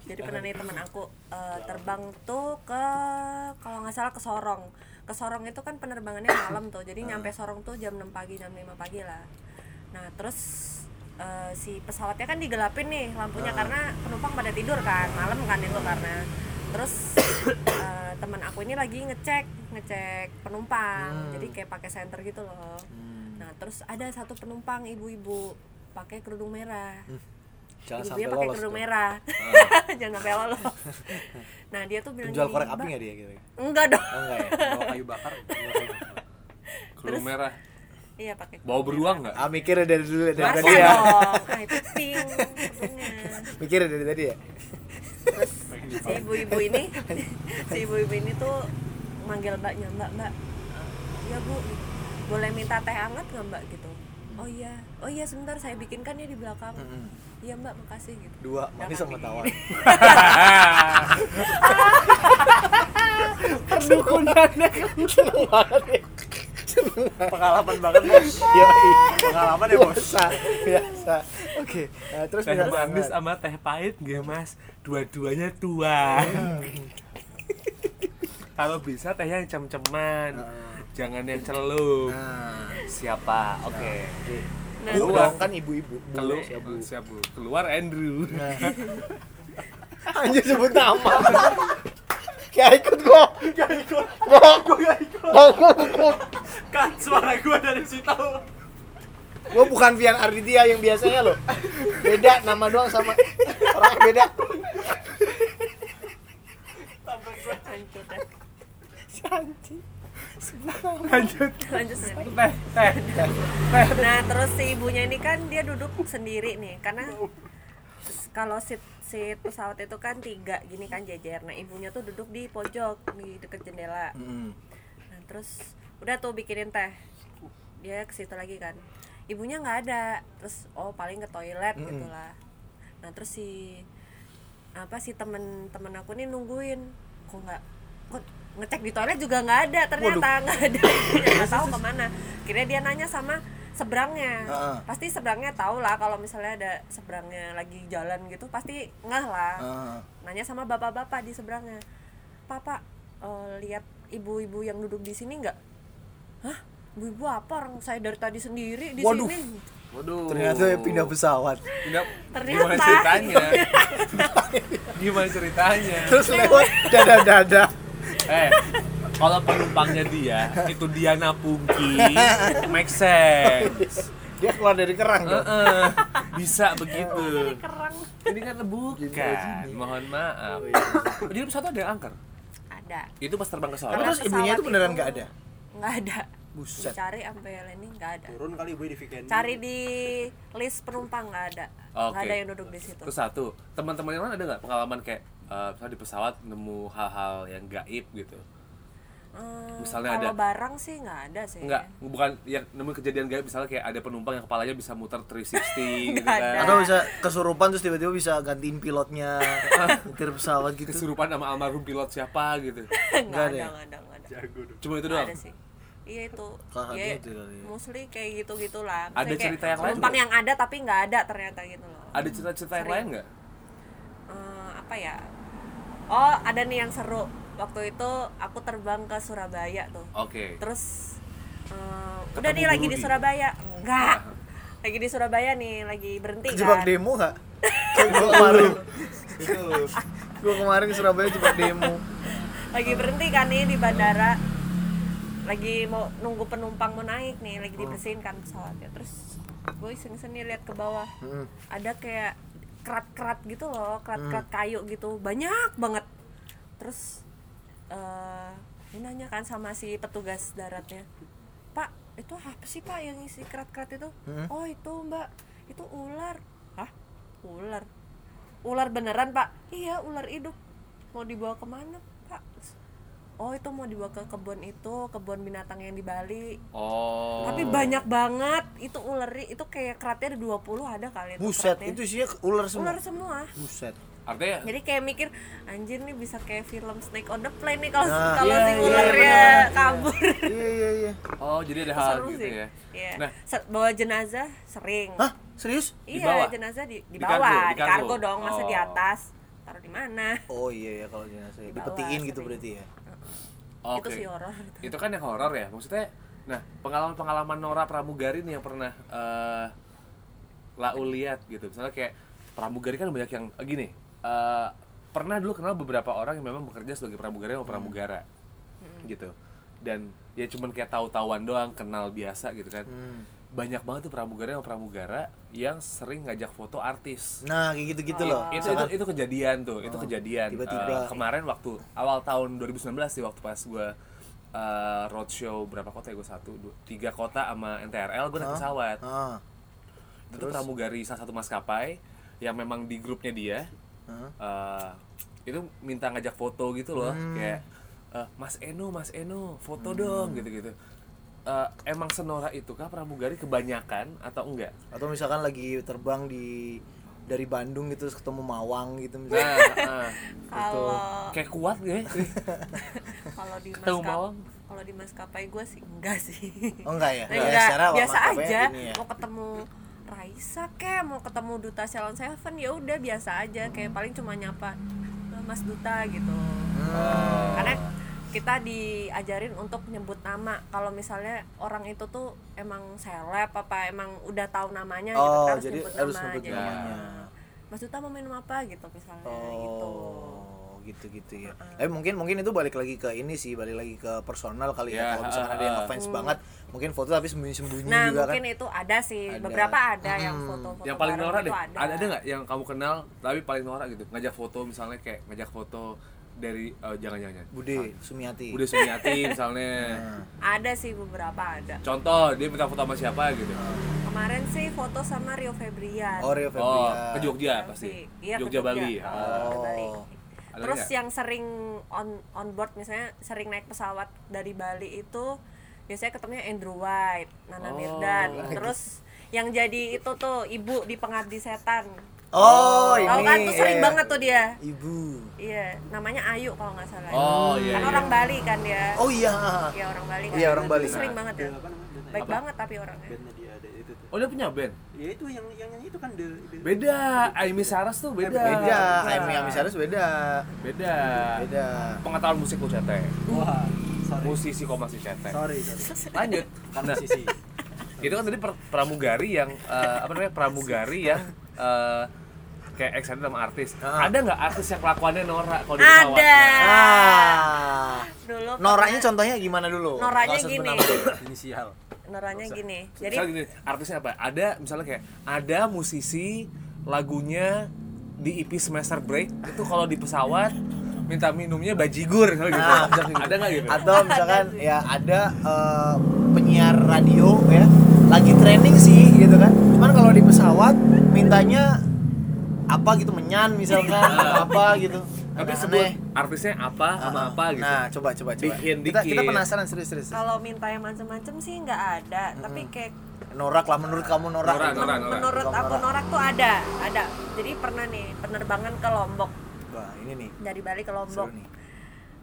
jadi pernah nih temen aku eh, terbang tuh ke kalau nggak salah ke Sorong ke Sorong itu kan penerbangannya malam tuh jadi nyampe Sorong tuh jam 6 pagi jam 5 pagi lah nah terus eh, si pesawatnya kan digelapin nih lampunya karena penumpang pada tidur kan malam kan itu karena terus eh, temen aku ini lagi ngecek ngecek penumpang jadi kayak pakai senter gitu loh nah terus ada satu penumpang ibu-ibu pakai kerudung merah Jangan Ibunya sampai pakai lolos. kerudung tuh. merah. Jangan sampai lolos. Nah, dia tuh bilang Penjual gini, korek api "Mbak, nggak dia gitu? Enggak dong. Oh enggak ya. Bawa kayu bakar. Kerudung merah. Iya, pakai. Bawa beruang nggak? Ah mikirnya dari dulu dari Masa tadi ya. dong. Ah, itu pink kerudungnya. Mikirnya dari tadi ya. Si ibu-ibu ini, si ibu-ibu ini tuh manggil mbaknya, "Mbak, Mbak." Iya, Bu. Boleh minta teh hangat nggak, Mbak gitu. Hmm. Oh iya. Oh iya, sebentar saya bikinkan ya di belakang. Iya, Mbak, makasih gitu. Dua manis sama tawar. Perdukunannya seneng banget ya. Seneng banget. Pengalaman banget bos. Iya. Pengalaman ya bos. Biasa, biasa. Oke, nah, terus Teh minum manis sama teh pahit nggak mas? Dua-duanya tua. Kalau bisa teh yang cem-ceman, jangan yang celup. Nah, Siapa? Oke. Nah, Bu Keluar. dong kan ibu-ibu. Bu, Kelu siap, Bu. siap, Bu. Keluar Andrew. Anjir sebut nama. Kayak ikut gua. Kayak ikut. Gua gua ikut. Gua ikut. Kan suara gue dari situ. Gua bukan Vian Arditya yang biasanya loh. Beda nama doang sama orang beda. hancur dah. Lanjut. Lanjut Sally. Teh, teh. Nah terus si ibunya ini kan dia duduk sendiri nih karena s- kalau seat seat pesawat itu kan tiga gini kan jejer. Nah ibunya tuh duduk di pojok di deket jendela. Hmm. Nah terus udah tuh bikinin teh. Dia ke situ lagi kan. Ibunya nggak ada. Terus oh paling ke toilet gitu lah. Nah terus si apa sih temen-temen aku nih nungguin kok nggak kok ngecek di toilet juga nggak ada ternyata nggak ada ibunya, nggak tahu kemana akhirnya dia nanya sama seberangnya Heeh. pasti seberangnya tahu lah kalau misalnya ada seberangnya lagi jalan gitu pasti ngeh lah Ah. nanya sama bapak-bapak di seberangnya papa eh, lihat ibu-ibu yang duduk di sini nggak hah ibu-ibu apa orang saya dari tadi sendiri di Waduh. sini Waduh. Ternyata pindah pesawat. Pindah. Gimana Ternyata. ceritanya? Gimana ceritanya? Terus lewat dada-dada. Eh, kalau penumpangnya dia itu Diana Pungki, make sense. Dia keluar dari kerang dong. Heeh, bisa begitu. kerang Ini kan bukan. Mohon maaf. Oh, iya. Jadi pesawat ada angker. ada Itu pas terbang ke Tapi Sorong. terus ibunya itu beneran nggak ada? nggak ada Buset. cari sampai landing nggak ada Turun kali ibu di weekend. cari di list penumpang nggak ada nggak Oke. ada yang duduk di situ Terus satu, teman-teman yang lain ada nggak pengalaman kayak eh, misalnya di pesawat nemu hal-hal yang gaib gitu? Hmm, misalnya kalau ada- barang sih nggak ada sih Enggak, bukan yang nemu kejadian gaib misalnya kayak ada penumpang yang kepalanya bisa muter 360 gitu Nggak ada. kan. Atau bisa kesurupan terus tiba-tiba bisa gantiin pilotnya, nyetir pesawat gitu. Kesurupan sama almarhum pilot siapa gitu. nggak ada ada ya? nggak ada nggak ada Jago dong. Cuma itu Nggak doang. ada sih iya itu Kakak Iya, gitu kali ya. mostly kayak gitu gitulah Ada cerita yang lain penumpang nggak? yang ada tapi nggak ada ternyata gitu loh Ada cerita-cerita yang lain nggak? Eh, apa ya oh ada nih yang seru waktu itu aku terbang ke Surabaya tuh Oke. terus eh, Ketemu udah nih lagi Budi. di Surabaya enggak lagi di Surabaya nih lagi berhenti Jebak kan demo nggak? Gue kemarin, gue kemarin ke Surabaya jebak demo. lagi berhenti kan nih di bandara lagi mau nunggu penumpang mau naik nih lagi dibersihin kan pesawatnya terus gue iseng-iseng nih lihat ke bawah ada kayak kerat-kerat gitu loh kerat-kerat kayu gitu banyak banget terus eh gue nanya kan sama si petugas daratnya pak itu apa sih pak yang isi kerat-kerat itu oh itu mbak itu ular hah ular ular beneran pak iya ular hidup mau dibawa kemana pak oh itu mau dibawa ke kebun itu kebun binatang yang di Bali Oh. tapi banyak banget itu uleri itu kayak keratnya ada 20 ada kali itu Buset, keratnya. itu isinya ular semua. ular semua Buset. Artinya jadi kayak mikir anjir nih bisa kayak film Snake on the Plane nih kalau Nah, kalau iya, si iya, ularnya bener. kabur Iya iya iya. oh jadi ada hal seru gitu sih ya. Iya. Nah, Se- bawa jenazah sering Hah? Serius? iya bawah? jenazah di, di Di bawah kargo, di di kargo, kargo. dong masa di Oh. atas taruh di mana Oh iya ya kalau jenazah Di bawah, dipetiin gitu sering. berarti ya. oke. itu sih horor gitu. Itu kan yang horor ya. Maksudnya nah, pengalaman-pengalaman Nora Pramugari nih yang pernah eh lau lihat gitu. Misalnya kayak pramugari kan banyak yang eh, gini. eh, pernah dulu kenal beberapa orang yang memang bekerja sebagai pramugari Hmm. atau pramugara. Gitu. Dan ya cuman kayak tahu-tahuan doang, kenal biasa gitu kan. Banyak banget tuh pramugari atau pramugara yang sering ngajak foto artis. Nah, kayak gitu-gitu loh. itu, itu Misalkan, Oh, itu kejadian tuh itu kejadian tiba-tiba. Eh, kemarin waktu awal tahun 2019 sih waktu pas gue roadshow berapa kota ya gue satu dua, tiga kota sama NTRL gue naik pesawat ah, itu tuh pramugari salah satu maskapai yang memang di grupnya dia Hah? eh, itu minta ngajak foto gitu loh Hmm. kayak eh, Mas Eno Mas Eno foto dong gitu gitu emang senora itu kah pramugari kebanyakan atau enggak atau misalkan lagi terbang di dari Bandung gitu terus ketemu Mawang gitu misalnya. Gitu. nah eh, kalau kayak kuat gak ya? kalau di Ketemu maskapai Mawang. kalau di maskapai gue sih enggak sih Oh enggak ya? Nah, Enggak, enggak, secara biasa maskapainya aja gini ya. mau ketemu Raisa kek mau ketemu duta Salon Seven ya udah biasa aja kayak Hmm. paling cuma nyapa "Eh, Mas Duta gitu Hmm. karena kita diajarin untuk nyebut nama kalau misalnya orang itu tuh emang seleb apa emang udah tahu namanya gitu Oh, kita harus jadi nyebut harus nama nyebut jadi, namanya. "Eh, Mas Duta mau minum apa gitu misalnya gitu Oh, gitu-gitu ya. Tapi mungkin mungkin itu balik lagi ke ini sih, balik lagi ke personal kali Ya, ya. Kalau misalkan ada yang ah. ngefans banget, mungkin foto tapi sembunyi-sembunyi Hmm. nah juga kan. mungkin itu ada sih Ada. Hmm. beberapa ada yang foto-foto yang paling bareng gitu norak itu deh ada ada nggak yang kamu kenal tapi paling norak gitu ngajak foto misalnya kayak ngajak foto dari eh, jangan jangan jangan. Bude Sumiati. Bude Sumiati misalnya ada sih beberapa ada contoh dia minta foto sama siapa gitu Kemarin sih foto sama Rio Febrian. Oh, Rio oh Febrian. ke Jogja pasti Iya, ke Jogja Bali ya. Ah, ke Oh. Bali. Ada Terus nggak? yang sering on on board misalnya sering naik pesawat dari Bali itu biasanya ketemunya Andrew White, Oh. Nana Mirdad. Terus yang jadi itu tuh ibu di pengabdi setan. Oh, ini. Tahu kan tuh sering eh, banget tuh dia. Ibu. Iya, namanya Ayu kalau nggak salah. oh iya kan iya. orang Bali kan dia. Oh iya. Iya, orang Bali kan. Iya, orang Itu Bali. Sering banget ya. apa namanya bandnya? Baik banget tapi orangnya. bandnya dia ada itu tuh oh dia punya band ya itu yang yang nyanyi itu kan the, the- beda Amy Saras tuh beda Beda, Iya. Aimi Amisaris beda. beda Beda. pengetahuan musik lu cete wah sorry musisi kok masih cete sorry sorry lanjut karena Nah, sisi itu kan tadi per- pramugari yang eh, apa namanya pramugari yang eh, kayak excited sama artis Ah. ada nggak artis yang kelakuannya norak kalau di pesawat Nah, Ada. Ah. Nah. Dulu Noraknya pernah- contohnya gimana dulu? Noranya Nggak usah gini. sebut nama. inisial Noranya gini. jadi Jadi gini, artisnya apa ada misalnya kayak ada musisi lagunya di EP semester break itu kalau di pesawat minta minumnya bajigur misalnya gitu Nah. ada nggak gitu Atau misalkan ya ada eh, penyiar radio ya lagi training sih gitu kan. Cuman kalau di pesawat mintanya apa gitu menyan misalkan atau apa gitu. Ah. tapi Aneh-aneh. sebut artisnya apa sama Ah, apa gitu Nah, coba coba coba. Bikin kita kita dikit. penasaran serius serius. serius. kalau minta yang macem-macem sih nggak ada tapi kayak Norak lah menurut kamu norak. Norak, Gitu. norak, norak. menurut Norak. aku norak tuh ada ada jadi pernah nih penerbangan ke Lombok Wah, ini nih. dari Bali ke Lombok Seru nih.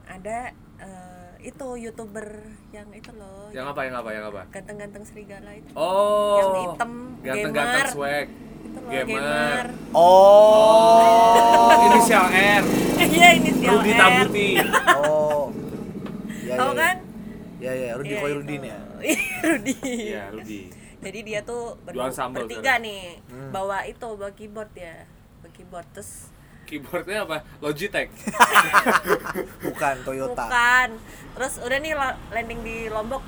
ada eh, itu youtuber yang itu loh yang apa yang apa yang apa ganteng-ganteng serigala itu oh Yang hitam, ganteng-ganteng gamer. swag itu loh Gamer. gamer Oh. inisial R iya ini si Iya, Rudi LR. Tabuti Oh. Ya, Tahu kan? Ya ya, Rudi Iya, Khoirudin itu. ya. Iya, Rudi. iya Rudi Jadi dia tuh ber- Jualan sambal, bertiga sekarang. nih, bawa itu, bawa keyboard ya, bawa keyboard terus keyboardnya apa Logitech Bukan Toyota. Bukan. Terus udah nih lo- landing di Lombok.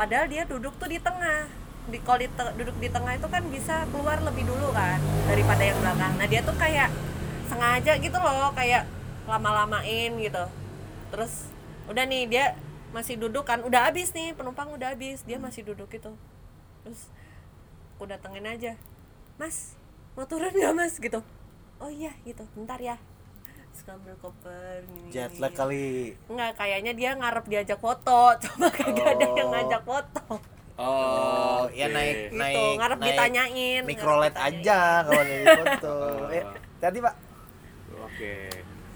Padahal dia duduk tuh di tengah. Di kalau di te- duduk di tengah itu kan bisa keluar lebih dulu kan daripada yang belakang. Nah, dia tuh kayak sengaja gitu loh, kayak lama-lamain gitu. Terus udah nih dia masih duduk kan, udah habis nih penumpang udah habis, dia masih duduk gitu. Terus aku datengin aja. mas mau turun nggak mas gitu oh iya gitu bentar ya suka ambil koper gini, jet gini, lag gini. kali nggak kayaknya dia ngarep diajak foto coba kagak ada yang Oh. ngajak foto Oh, ya oke. naik Gitu, naik ngarep naik ditanyain, microlet ngarep ditanyain. aja kalau dari foto eh tadi pak Oke.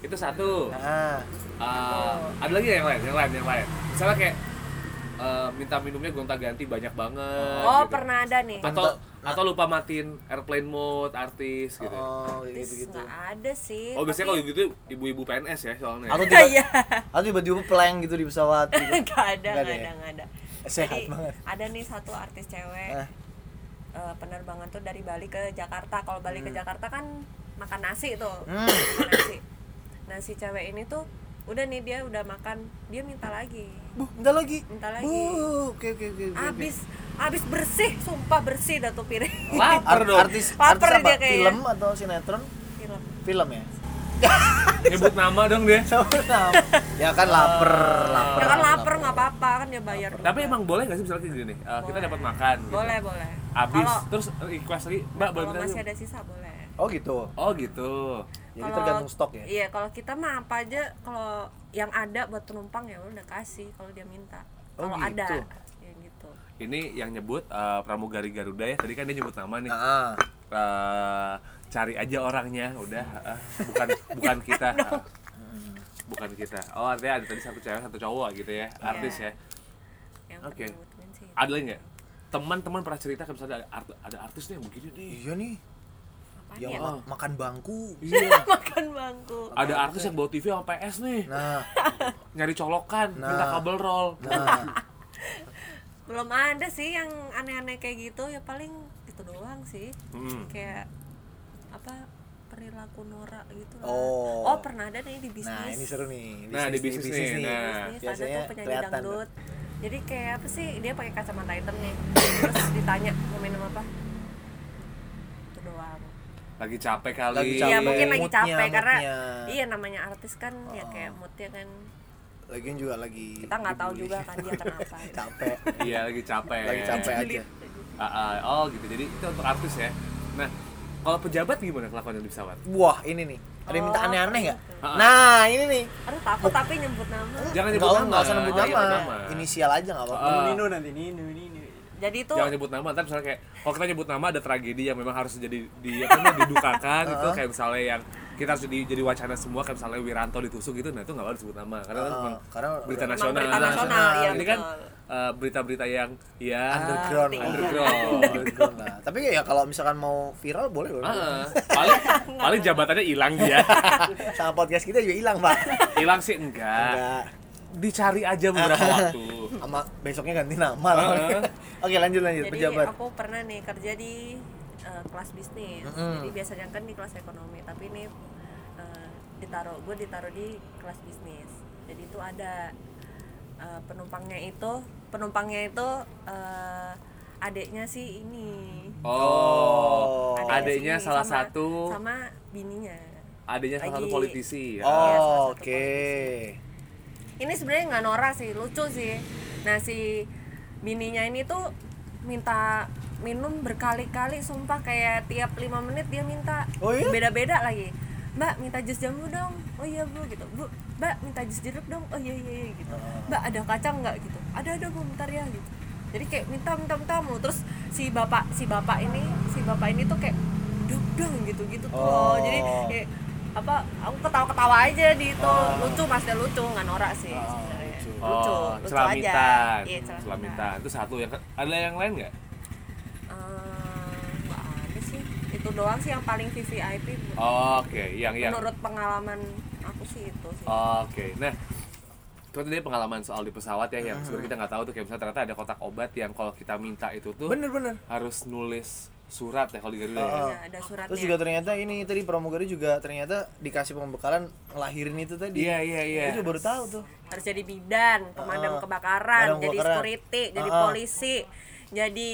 Itu satu. nah Ah, ada lagi nggak yang lain, yang lain, yang lain. Misalnya kayak eh, minta minumnya gonta-ganti banyak banget. oh gitu. pernah ada nih Atau atau lupa matiin airplane mode artis gitu. oh gitu Terus gitu nggak ada sih Oh biasanya kalau tapi- gitu ibu-ibu PNS ya soalnya. atau tiba Iya. atau tiba-tiba peleng gitu di pesawat gitu. nggak ada Nggak ada ya? nggak ada nggak ada Sehat Jadi, banget. ada nih satu artis cewek Ah. eh, penerbangan tuh dari Bali ke Jakarta kalau Bali ke Jakarta kan makan nasi tuh Hmm. makan nasi nah si cewek ini tuh udah nih dia udah makan dia minta lagi bu bentar lagi Bentar lagi. bu oke oke oke oke, oke. abis abis bersih sumpah bersih dah tuh piring Lapar Ar- dong. artis Lapar artis apa dia kayaknya. film atau sinetron Film. film ya Nyebut nama dong dia. ya kan lapar lapar ya kan lapar nggak apa-apa kan dia bayar Tapi juga. emang boleh nggak sih misalnya kayak gini? eh, kita Boleh. dapat makan. Gitu. boleh boleh Abis Kalau- terus eh, request lagi, Mbak boleh kalau minta masih minum?" ada sisa boleh oh gitu Oh gitu. jadi Kalau- tergantung stok ya Iya, kalau kita mah apa aja kalau yang ada buat penumpang ya udah kasih kalau dia minta. Oh, Kalau gitu. ada ya gitu. Ini yang nyebut eh, pramugari Garuda ya. Tadi kan dia nyebut nama nih. Ah. Eh, cari aja orangnya udah eh, bukan Ya, bukan kita Hmm, bukan kita oh artinya ada tadi satu cewek satu cowok gitu Iya. ya artis ya Yang Oke. kita butuhin sih. ada lagi nggak teman-teman pernah cerita kayak misalnya ada, art- ada artis nih yang begini nih iya nih Apaan yang ya? ma- makan bangku iya Makan bangku. ada artis yang bawa TV sama PS nih nah nyari colokan Nah. minta kabel roll nah Belum ada sih yang aneh-aneh kayak gitu, ya paling gitu doang sih. Hmm. Kayak apa perilaku norak gitu lah. Oh. pernah ada nih di bisnis. nah ini seru nih Nah, di bisnis nih, nah. bisnis biasanya ada tuh penyanyi kelihatan tuh. dangdut jadi kayak apa sih dia pakai kacamata hitam nih terus ditanya mau minum apa itu doang lagi capek kali Lagi iya capek. mungkin lagi Moodnya, capek karena moodnya. Oh. iya namanya artis kan ya kayak moodnya kan lagian juga lagi kita nggak tahu dibully. juga kan dia kenapa capek iya lagi capek lagi capek aja Julid. Ah, ah. oh gitu jadi itu untuk artis ya nah kalau pejabat gimana kelakuannya di pesawat wah ini nih ada yang minta Oh, aneh-aneh nggak Ah. nah ini nih aduh takut tapi nyebut nama Nggak Jangan nyebut usah- nama. nggak usah nyebut Jangan nama nyebut nama. inisial aja nggak apa-apa Ah. Nino nanti Nino Nino. jadi itu jangan nyebut nama tapi misalnya kayak kalau kita nyebut nama ada tragedi yang memang harus jadi di apa namanya, didukakan gitu kayak misalnya yang kita harus jadi, jadi wacana semua kayak misalnya Wiranto ditusuk gitu nah itu nggak boleh disebut nama karena kan Ah, memang karena berita udah- nasional, Emang berita nasional, iya, ini kan betul. eh, berita-berita yang ya underground lah. underground Underground lah. tapi ya kalau misalkan mau viral boleh loh Ah, paling paling jabatannya hilang dia sama podcast kita juga hilang pak hilang sih enggak nggak dicari aja beberapa waktu sama besoknya ganti nama lah Ah. oke lanjut lanjut jadi pejabat aku pernah nih kerja di eh, kelas bisnis Mm-mm. jadi biasanya kan di kelas ekonomi tapi ini eh, ditaruh gue ditaruh di kelas bisnis jadi itu ada eh, penumpangnya itu penumpangnya itu eh, adeknya sih ini oh Adeknya adiknya sih salah sama- satu sama bininya adiknya salah satu lagi- politisi ya. Iya, oh, salah satu oke ini sebenarnya nggak norak sih lucu sih nah si bininya ini tuh minta minum berkali-kali sumpah kayak tiap lima menit dia minta Oh iya? beda-beda lagi mbak minta jus jambu dong oh iya bu gitu bu mbak minta jus jeruk dong oh iya iya, iya," gitu Ah. mbak ada kacang nggak gitu ada ada bu bentar ya gitu jadi kayak minta minta minta mulu terus si bapak si bapak ini si bapak ini tuh kayak dong dong gitu gitu tuh loh. jadi Oh. kayak apa aku ketawa ketawa aja di itu lucu masih lucu nggak norak sih sebenarnya lucu lucu, Oh, aja celamitan. iya celamitan celamitan. Itu satu yang ada yang lain nggak? Eh, nggak ada sih itu doang sih yang paling VVIP Oh, Oke, yang yang menurut pengalaman aku sih itu sih Oh, Oke. Nah, itu tadi pengalaman soal di pesawat ya yang sebenarnya kita nggak tahu tuh kayak misalnya ternyata ada kotak obat yang kalau kita minta itu tuh bener bener harus nulis surat ya kalau di Garuda. ya. Oh. Iya, ada suratnya Terus juga ternyata ini tadi pramugari juga ternyata dikasih pembekalan ngelahirin itu tadi. Iya, iya, iya. Itu baru tahu tuh. harus jadi bidan pemadam Ah, kebakaran pemadam jadi kebakaran. security jadi Ah, ah. polisi jadi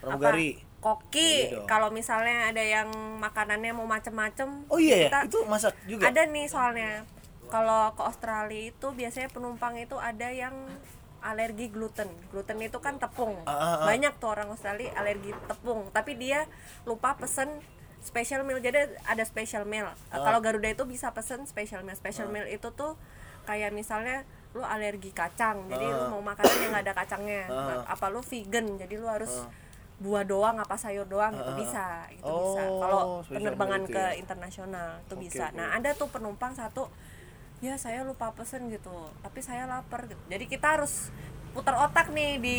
Pramugari. apa, koki Iya dong. kalau misalnya ada yang makanannya mau macem-macem Oh iya ya, kita- itu masak juga. Ada nih soalnya. Kalau ke Australia itu biasanya penumpang itu ada yang alergi gluten. Gluten itu kan tepung. ah, ah. Banyak tuh orang Australia alergi tepung, tapi dia lupa pesen special meal. Jadi ada special meal. Ah. Kalau Garuda itu bisa pesen special meal. Special meal itu tuh kayak misalnya lu alergi kacang, jadi lu Ah. mau makanan yang nggak ada kacangnya. Nah, Apa lu vegan, jadi lu harus Ah. buah doang apa sayur doang itu bisa itu bisa Oh, kalau special meal penerbangan itu ke ya. internasional itu Oke, bisa. oke. Nah, ada tuh penumpang satu ya saya lupa pesen gitu, tapi saya lapar gitu. Jadi kita harus putar otak nih di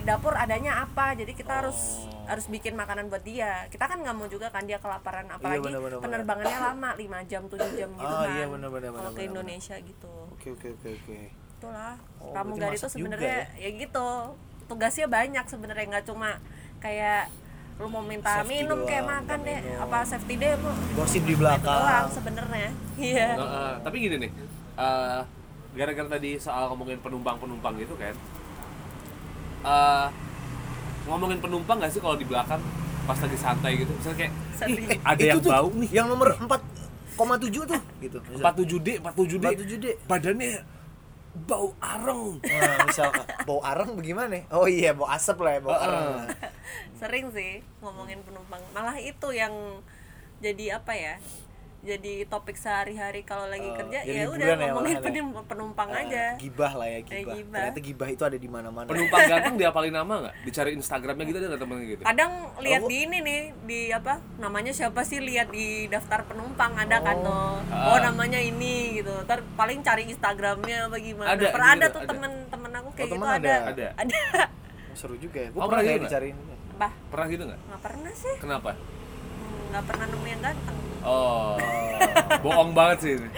dapur adanya apa. Jadi kita harus Oh. harus bikin makanan buat dia. Kita kan nggak mau juga kan dia kelaparan Iya, apalagi bener, bener, bener. penerbangannya lama 5 jam 7 jam gitu Ah, kan. iya, bener, bener, Kalau bener, ke bener, Indonesia gitu. oke oke oke oke Itulah. Oh, Pramugari berarti itu masak juga sebenarnya ya? gitu. Tugasnya banyak sebenarnya nggak cuma kayak lu mau minta Safety minum kayak doang, makan minta deh minum. apa safety deh lu gosip di itu doang belakang sebenarnya iya Eh, eh, tapi gini nih eh, gara-gara tadi soal ngomongin penumpang-penumpang gitu kan eh, ngomongin penumpang nggak sih kalau di belakang pas lagi santai gitu misalnya kayak Sering. "Ih, ada Eh, Itu yang tuh, bau nih yang nomor 4,7 tuh gitu misal. 47D 47D 47D. badannya bau areng Nah, misal bau arang bagaimana oh iya bau asap lah ya bau Heeh. arang sering sih ngomongin penumpang malah itu yang jadi apa ya jadi topik sehari-hari kalau lagi Oh, kerja jadi ya hiburan udah ya ngomongin malahan ya? penum- penumpang aja Ah, gibah lah ya Kayak gibah. gibah. ternyata gibah itu ada di mana-mana penumpang ganteng diapalin nama nggak dicari instagramnya gitu ada nggak temennya gitu kadang lihat Oh. di ini nih di apa namanya siapa sih lihat di daftar penumpang ada kan Oh. tuh Ah. oh namanya ini gitu ter paling cari instagramnya apa gimana Ada, pernah ada gitu, tuh ada. temen-temen aku kayak Oh, gitu temen ada ada. ada ada Oh, seru juga ya gue pernah Oh, pernah kayak gitu nggak? dicariin bah pernah gitu nggak nggak pernah sih kenapa Hmm, nggak pernah nemu yang ganteng oh bohong banget sih ini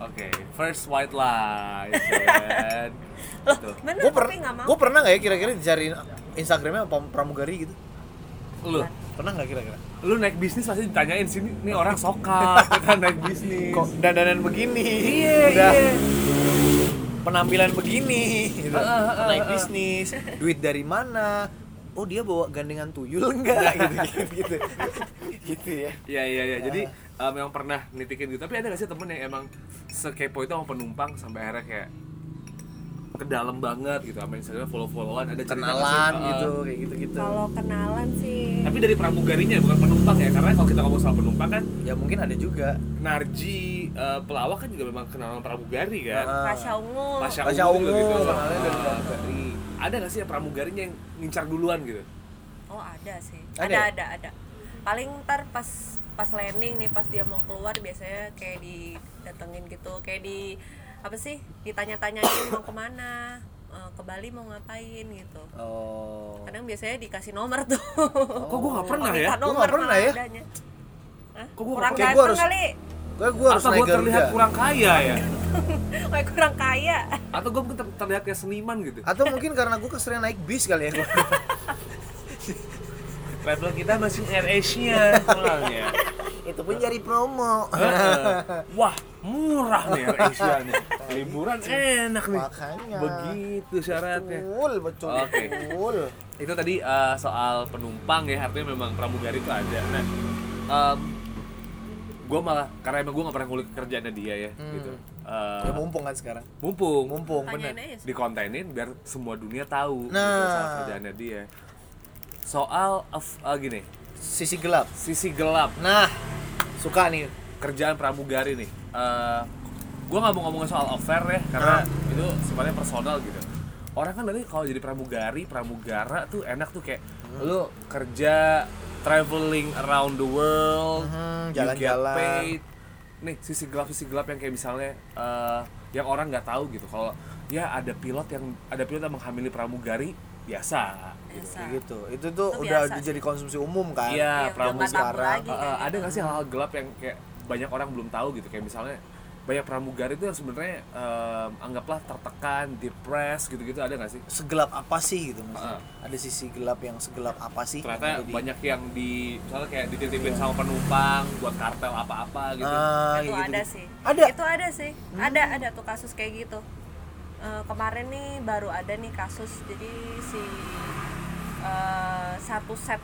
Oke, first white lie. kan. loh Tuh. bener gue tapi pernah nggak mau gue pernah nggak ya kira-kira dicariin instagramnya pam- pramugari gitu Lu, pernah nggak kira-kira lu naik bisnis pasti ditanyain sini, nih orang sokap, kan naik bisnis. kok dandanan begini Iya, udah iya. penampilan begini gitu. Heeh, heeh, naik heeh. bisnis duit dari mana oh dia bawa gandengan tuyul enggak gitu gitu gitu, gitu ya Iya iya iya. Jadi eh, memang pernah nitikin gitu. Tapi ada gak sih temen yang emang sekepo itu sama penumpang sampai akhirnya kayak ke dalam banget gitu sama Instagram follow-followan ada cerita nggak sih? kenalan Eh, gitu kayak gitu gitu kalau kenalan sih Tapi dari pramugarinya bukan penumpang ya karena kalau kita ngomong soal penumpang kan ya mungkin ada juga Narji eh, pelawak kan juga memang kenalan pramugari kan. Rasya Ungu Masya baca Allah ungu gitu. kenalnya dari Eh, pramugari ada gak sih yang pramugarinya yang ngincar duluan gitu? oh ada sih Ada ada ya? ada ada paling ntar pas pas landing nih pas dia mau keluar biasanya kayak didatengin gitu kayak di apa sih ditanya-tanyain mau kemana eh, ke Bali mau ngapain gitu oh kadang biasanya dikasih nomor tuh Kok gue gak pernah ya? Minta Gua nomor nggak pernah malah ya? adanya. Hah? Kok gua nggak kurang pernah? Kayak ganteng gua harus- kali gue gue harus Atau naik gue terlihat garuda kurang kaya ya? Kayak kurang kaya Atau gue mungkin ter- terlihat kayak seniman gitu? atau mungkin karena gue keseringan naik bis kali ya gua. Level kita masih Air Asia soalnya. itu pun jadi promo Wah, murah nih Air Asia nih. Liburan enak nih. Makanya. Begitu syaratnya. betul betul Oke. betul Itu tadi eh, soal penumpang ya, artinya memang pramugari itu ada. Nah, gue malah karena emang gue gak pernah ngulik kerjaannya dia ya, gitu. Eh, Hmm. ya mumpung kan sekarang mumpung, mumpung Oh, bener Tanyain aja Iya sih. dikontenin biar semua dunia tahu gitu, Nah. soal kerjaannya dia. Soal of- eh, gini, sisi gelap sisi gelap nah suka nih kerjaan pramugari nih Eh gue nggak mau ngomongin soal offer ya karena itu sebenarnya personal gitu orang kan dari kalau jadi pramugari pramugara tuh enak tuh kayak lu kerja traveling around the world Mhm, you get jalan-jalan. paid. nih sisi gelap sisi gelap yang kayak misalnya eh, yang orang nggak tahu gitu kalau ya ada pilot yang ada pilot yang menghamili pramugari biasa biasa Kayak gitu itu tuh Itu udah biasa jadi konsumsi umum kan Iya, Iya, pramu udah nggak tabu sekarang. lagi kayak Eh, ada nggak sih hal-hal gelap yang kayak banyak orang belum tahu gitu? Kayak misalnya banyak pramugari itu yang sebenarnya em, anggaplah tertekan, depressed gitu-gitu ada nggak sih? segelap apa sih gitu maksudnya Heeh. ada sisi gelap yang segelap apa Iya, sih Ternyata Jadi- banyak gitu. yang di misalnya kayak dititipin sama penumpang buat kartel apa-apa gitu. ah, ya itu gitu. ada sih Ada? Hmm. itu ada sih ada ada tuh kasus kayak gitu Eh, kemarin nih baru ada nih kasus jadi si eh, satu set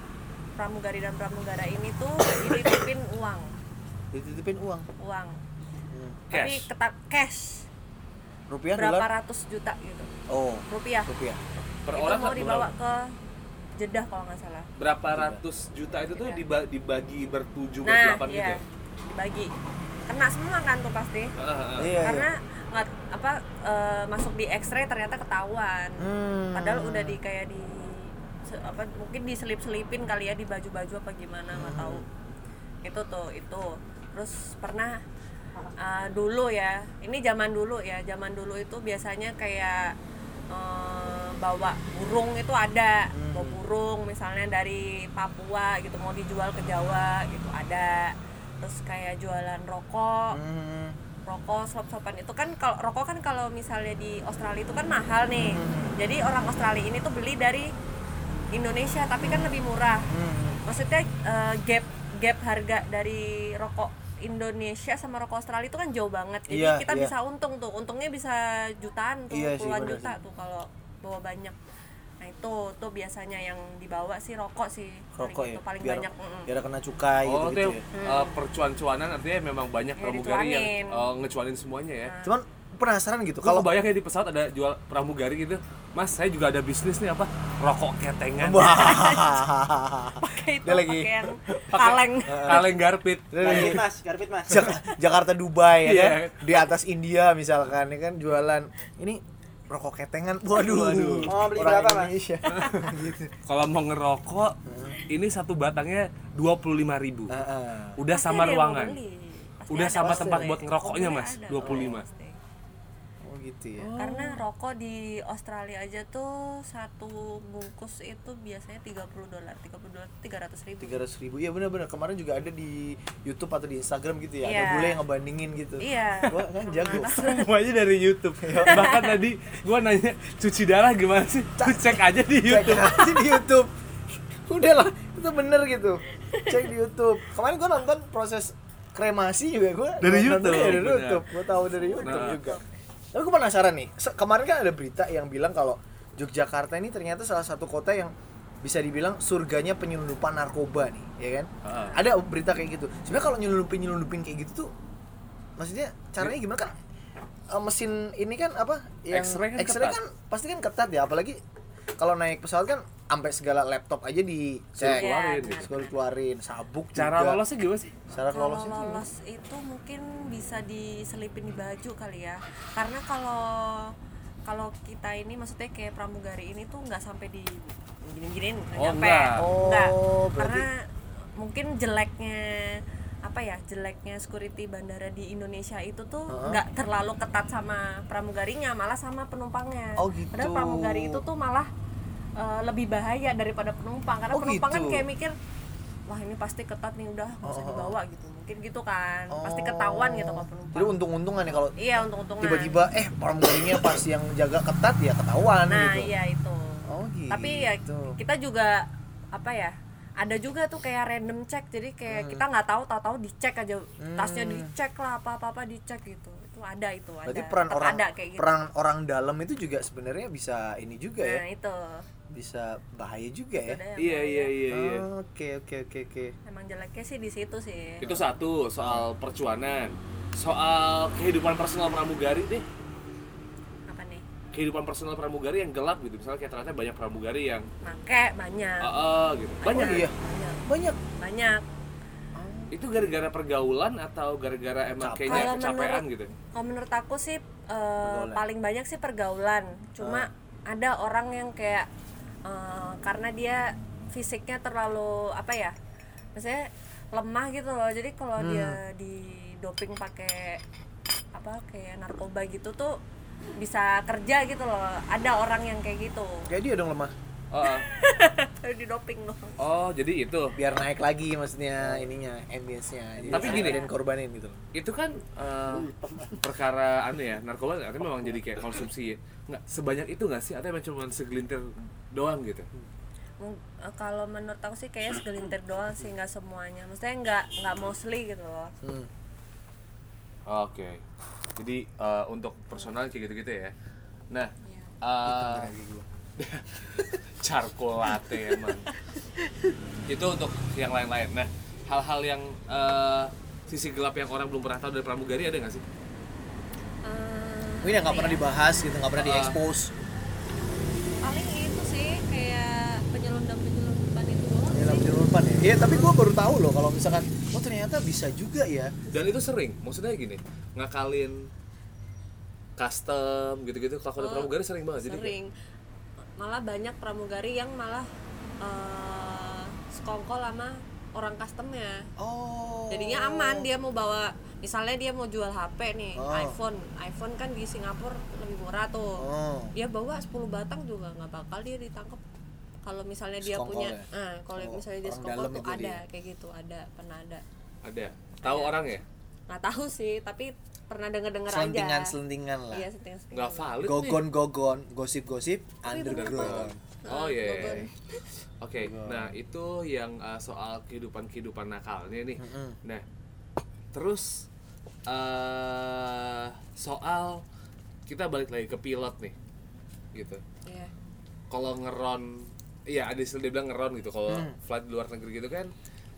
pramugari dan pramugara ini tuh dititipin uang dititipin uang uang tapi Cash. ketak cash Rupiah Hmm. berapa Iya, dolar? ratus juta gitu Oh, rupiah rupiah. per itu orang mau kan dibawa berapa- ke Jeddah kalau nggak salah berapa Iya. ratus juta itu tuh Iya. diba- dibagi bertujuh nah berdelapan gitu iya ya? dibagi kena semua kan tuh pasti Ah, ah, ah. Iya, iya. karena nggak apa eh, masuk di X-ray ternyata ketahuan Hmm. padahal udah di kayak di se- apa mungkin diselip-selipin kali ya di baju-baju apa gimana nggak tahu itu tuh itu terus pernah eh, dulu ya ini zaman dulu ya zaman dulu itu biasanya kayak eh, bawa burung itu ada bawa burung misalnya dari Papua gitu mau dijual ke Jawa gitu ada terus kayak jualan rokok Hmm. rokok sop-sopan itu kan kalau rokok kan kalau misalnya di Australia itu kan mahal nih Hmm. jadi orang Australia ini tuh beli dari Indonesia tapi kan lebih murah Hmm. maksudnya eh, gap gap harga dari rokok Indonesia sama rokok Australia itu kan jauh banget jadi Iya, kita iya. bisa untung tuh untungnya bisa jutaan tuh Iya sih, puluhan bener juta sih. tuh kalau bawa banyak nah itu tuh biasanya yang dibawa sih rokok sih paling Rokok ya. itu paling biar, banyak mm-mm. biar kena cukai Oh, gitu-gitu tuh ya. eh, percuan-cuanan artinya memang banyak Ya, pramugari yang dicuanin. eh, ngecuanin semuanya Nah. ya. Cuman penasaran gitu Kalau kalau banyak ya di pesawat ada jual pramugari gitu. Mas, saya juga ada bisnis nih apa? Rokok ketengan. Wah. pakai itu Dia lagi- pakaian Pakai- kaleng Kaleng garpit. Garpit mas, garpit mas. Jak- Jakarta Dubai ya Iya. kan? di atas India misalkan ya kan jualan ini rokok ketengan waduh, Waduh. Oh, Mau beli orang berapa, Mas? Indonesia gitu Kalau mau ngerokok, ini satu batangnya 25.000 ribu. Heeh. Udah Pasti sama ada yang mau ruangan. beli. Pasti Udah ada sama pasti. tempat buat ngerokoknya, Pokoknya Mas, ada. 25. Pasti. oh gitu ya Karena rokok di Australia aja tuh satu bungkus itu biasanya 30 dolar, 30 dolar, 300 ribu. tiga ribu iya benar-benar kemarin juga ada di YouTube atau di Instagram gitu ya ada Iya. bule yang ngebandingin gitu Iya. gua kan jago Iya. Semuanya dari YouTube. Bahkan tadi gua nanya cuci darah gimana sih? Lu Cek aja di cek YouTube. aja di YouTube udah lah itu bener gitu cek di YouTube kemarin gua nonton proses kremasi juga gua Dari nonton- YouTube, iya, dari bener. YouTube gua tahu dari YouTube Nah. juga tapi gua penasaran nih se- kemarin kan ada berita yang bilang kalau Yogyakarta ini ternyata salah satu kota yang bisa dibilang surganya penyelundupan narkoba nih ya kan Ah. ada berita kayak gitu sebenarnya kalau nyelundupin nyelundupin kayak gitu tuh maksudnya caranya Iya. gimana kan eh, mesin ini kan apa yang X-ray kan X-ray ketat. kan pasti kan ketat ya apalagi kalau naik pesawat kan sampai segala laptop aja Suruh dicek keluarin. Iya, benar. Suruh dikeluarin sabuk Cara juga. lolosnya gimana sih? cara Kalau lolos itu lolos itu mungkin bisa diselipin di baju kali ya. Karena kalau kalau kita ini maksudnya kayak pramugari ini tuh nggak sampai di gini-giniin nggak Oh, nyampe. nggak. Oh, Nggak. berarti- Karena mungkin jeleknya apa ya jeleknya security bandara di Indonesia itu tuh nggak terlalu ketat sama pramugarinya malah sama penumpangnya. Oh, gitu. Padahal pramugari itu tuh malah eh, lebih bahaya daripada penumpang karena Oh, penumpang kan gitu. kayak mikir wah ini pasti ketat nih udah nggak usah dibawa gitu mungkin gitu kan pasti Oh. ketahuan gitu kalau penumpang jadi untung-untungan ya kalau iya untung-untungan tiba-tiba eh pramugarinya pas yang jaga ketat ya ketahuan nah gitu iya itu Oh, gitu. tapi ya kita juga apa ya ada juga tuh kayak random check jadi Hmm. kayak kita nggak tahu tahu-tahu dicek aja tasnya dicek lah apa apa apa dicek gitu itu ada itu ada berarti peran Tetap orang ada kayak gitu peran orang dalam itu juga sebenarnya bisa ini juga ya nah itu bisa bahaya juga ya Ada yang Iya, iya, bahaya. iya, iya. Oh, oke oke oke oke emang jeleknya sih di situ sih Itu satu soal percuanan. Soal kehidupan personal pramugari deh. apa nih Kehidupan personal pramugari yang gelap gitu. Misalnya kayak ternyata banyak pramugari yang make banyak "Ah, ah," gitu. Banyak Oh, ya? iya. banyak banyak banyak Itu gara-gara pergaulan atau gara-gara emang Capek. kayaknya Kalau kecapean menurut- gitu. kalau menurut aku sih eh, paling banyak sih pergaulan cuma Ah. ada orang yang kayak eh, karena dia fisiknya terlalu apa ya maksudnya lemah gitu loh jadi kalau Hmm. dia di doping pakai apa kayak narkoba gitu tuh bisa kerja gitu loh ada orang yang kayak gitu kayak dia dong lemah Oh, ah. di doping loh oh, jadi itu. biar naik lagi maksudnya ininya ambience-nya Jadi Tapi gini. ada yang korbanin gitu loh. itu kan eh, perkara anu ya narkoba kan memang jadi kayak konsumsi ya. nggak sebanyak itu nggak sih atau emang cuma segelintir doang gitu Mung- eh, kalau menurut aku sih kayaknya segelintir doang sih nggak semuanya maksudnya nggak nggak mostly gitu loh Hmm. Oh, oke jadi eh, untuk personal kayak gitu gitu ya nah eh charcoal latte emang ya, itu untuk yang lain-lain nah hal-hal yang eh, sisi gelap yang orang belum pernah tahu dari pramugari ada nggak sih Eh, mungkin yang nggak pernah dibahas gitu nggak pernah Ah. diekspos paling itu sih kayak penyelundup penyelundupan itu doang dalam sih. penyeluruhan ya iya tapi gue baru tahu loh kalau misalkan oh ternyata bisa juga ya dan itu sering maksudnya gini ngakalin custom gitu-gitu kelakuan pramugari sering banget jadi kayak- sering malah banyak pramugari yang malah eh, sekongkol sama orang customnya oh jadinya aman dia mau bawa misalnya dia mau jual HP nih Oh. iPhone iPhone kan di Singapura lebih murah tuh oh dia bawa 10 batang juga nggak bakal dia ditangkap kalau misalnya dia Sekongkol punya ya? eh, kalau Oh, misalnya dia orang sekongkol dalam tuh itu ada dia. kayak gitu ada pernah ada ada tahu orang ya nggak tahu sih tapi pernah denger dengar aja selentingan selentingan lah iya selentingan nggak valid nih gogon gogon gosip gosip Underground. underground oh iya iya, Gogon. iya. oke nah itu yang uh, soal kehidupan kehidupan nakalnya nih Mm-mm. nah terus eh soal kita balik lagi ke pilot nih gitu Iya. kalau ngeron iya ada istilah dia bilang ngeron gitu kalau Hmm. flight di luar negeri gitu kan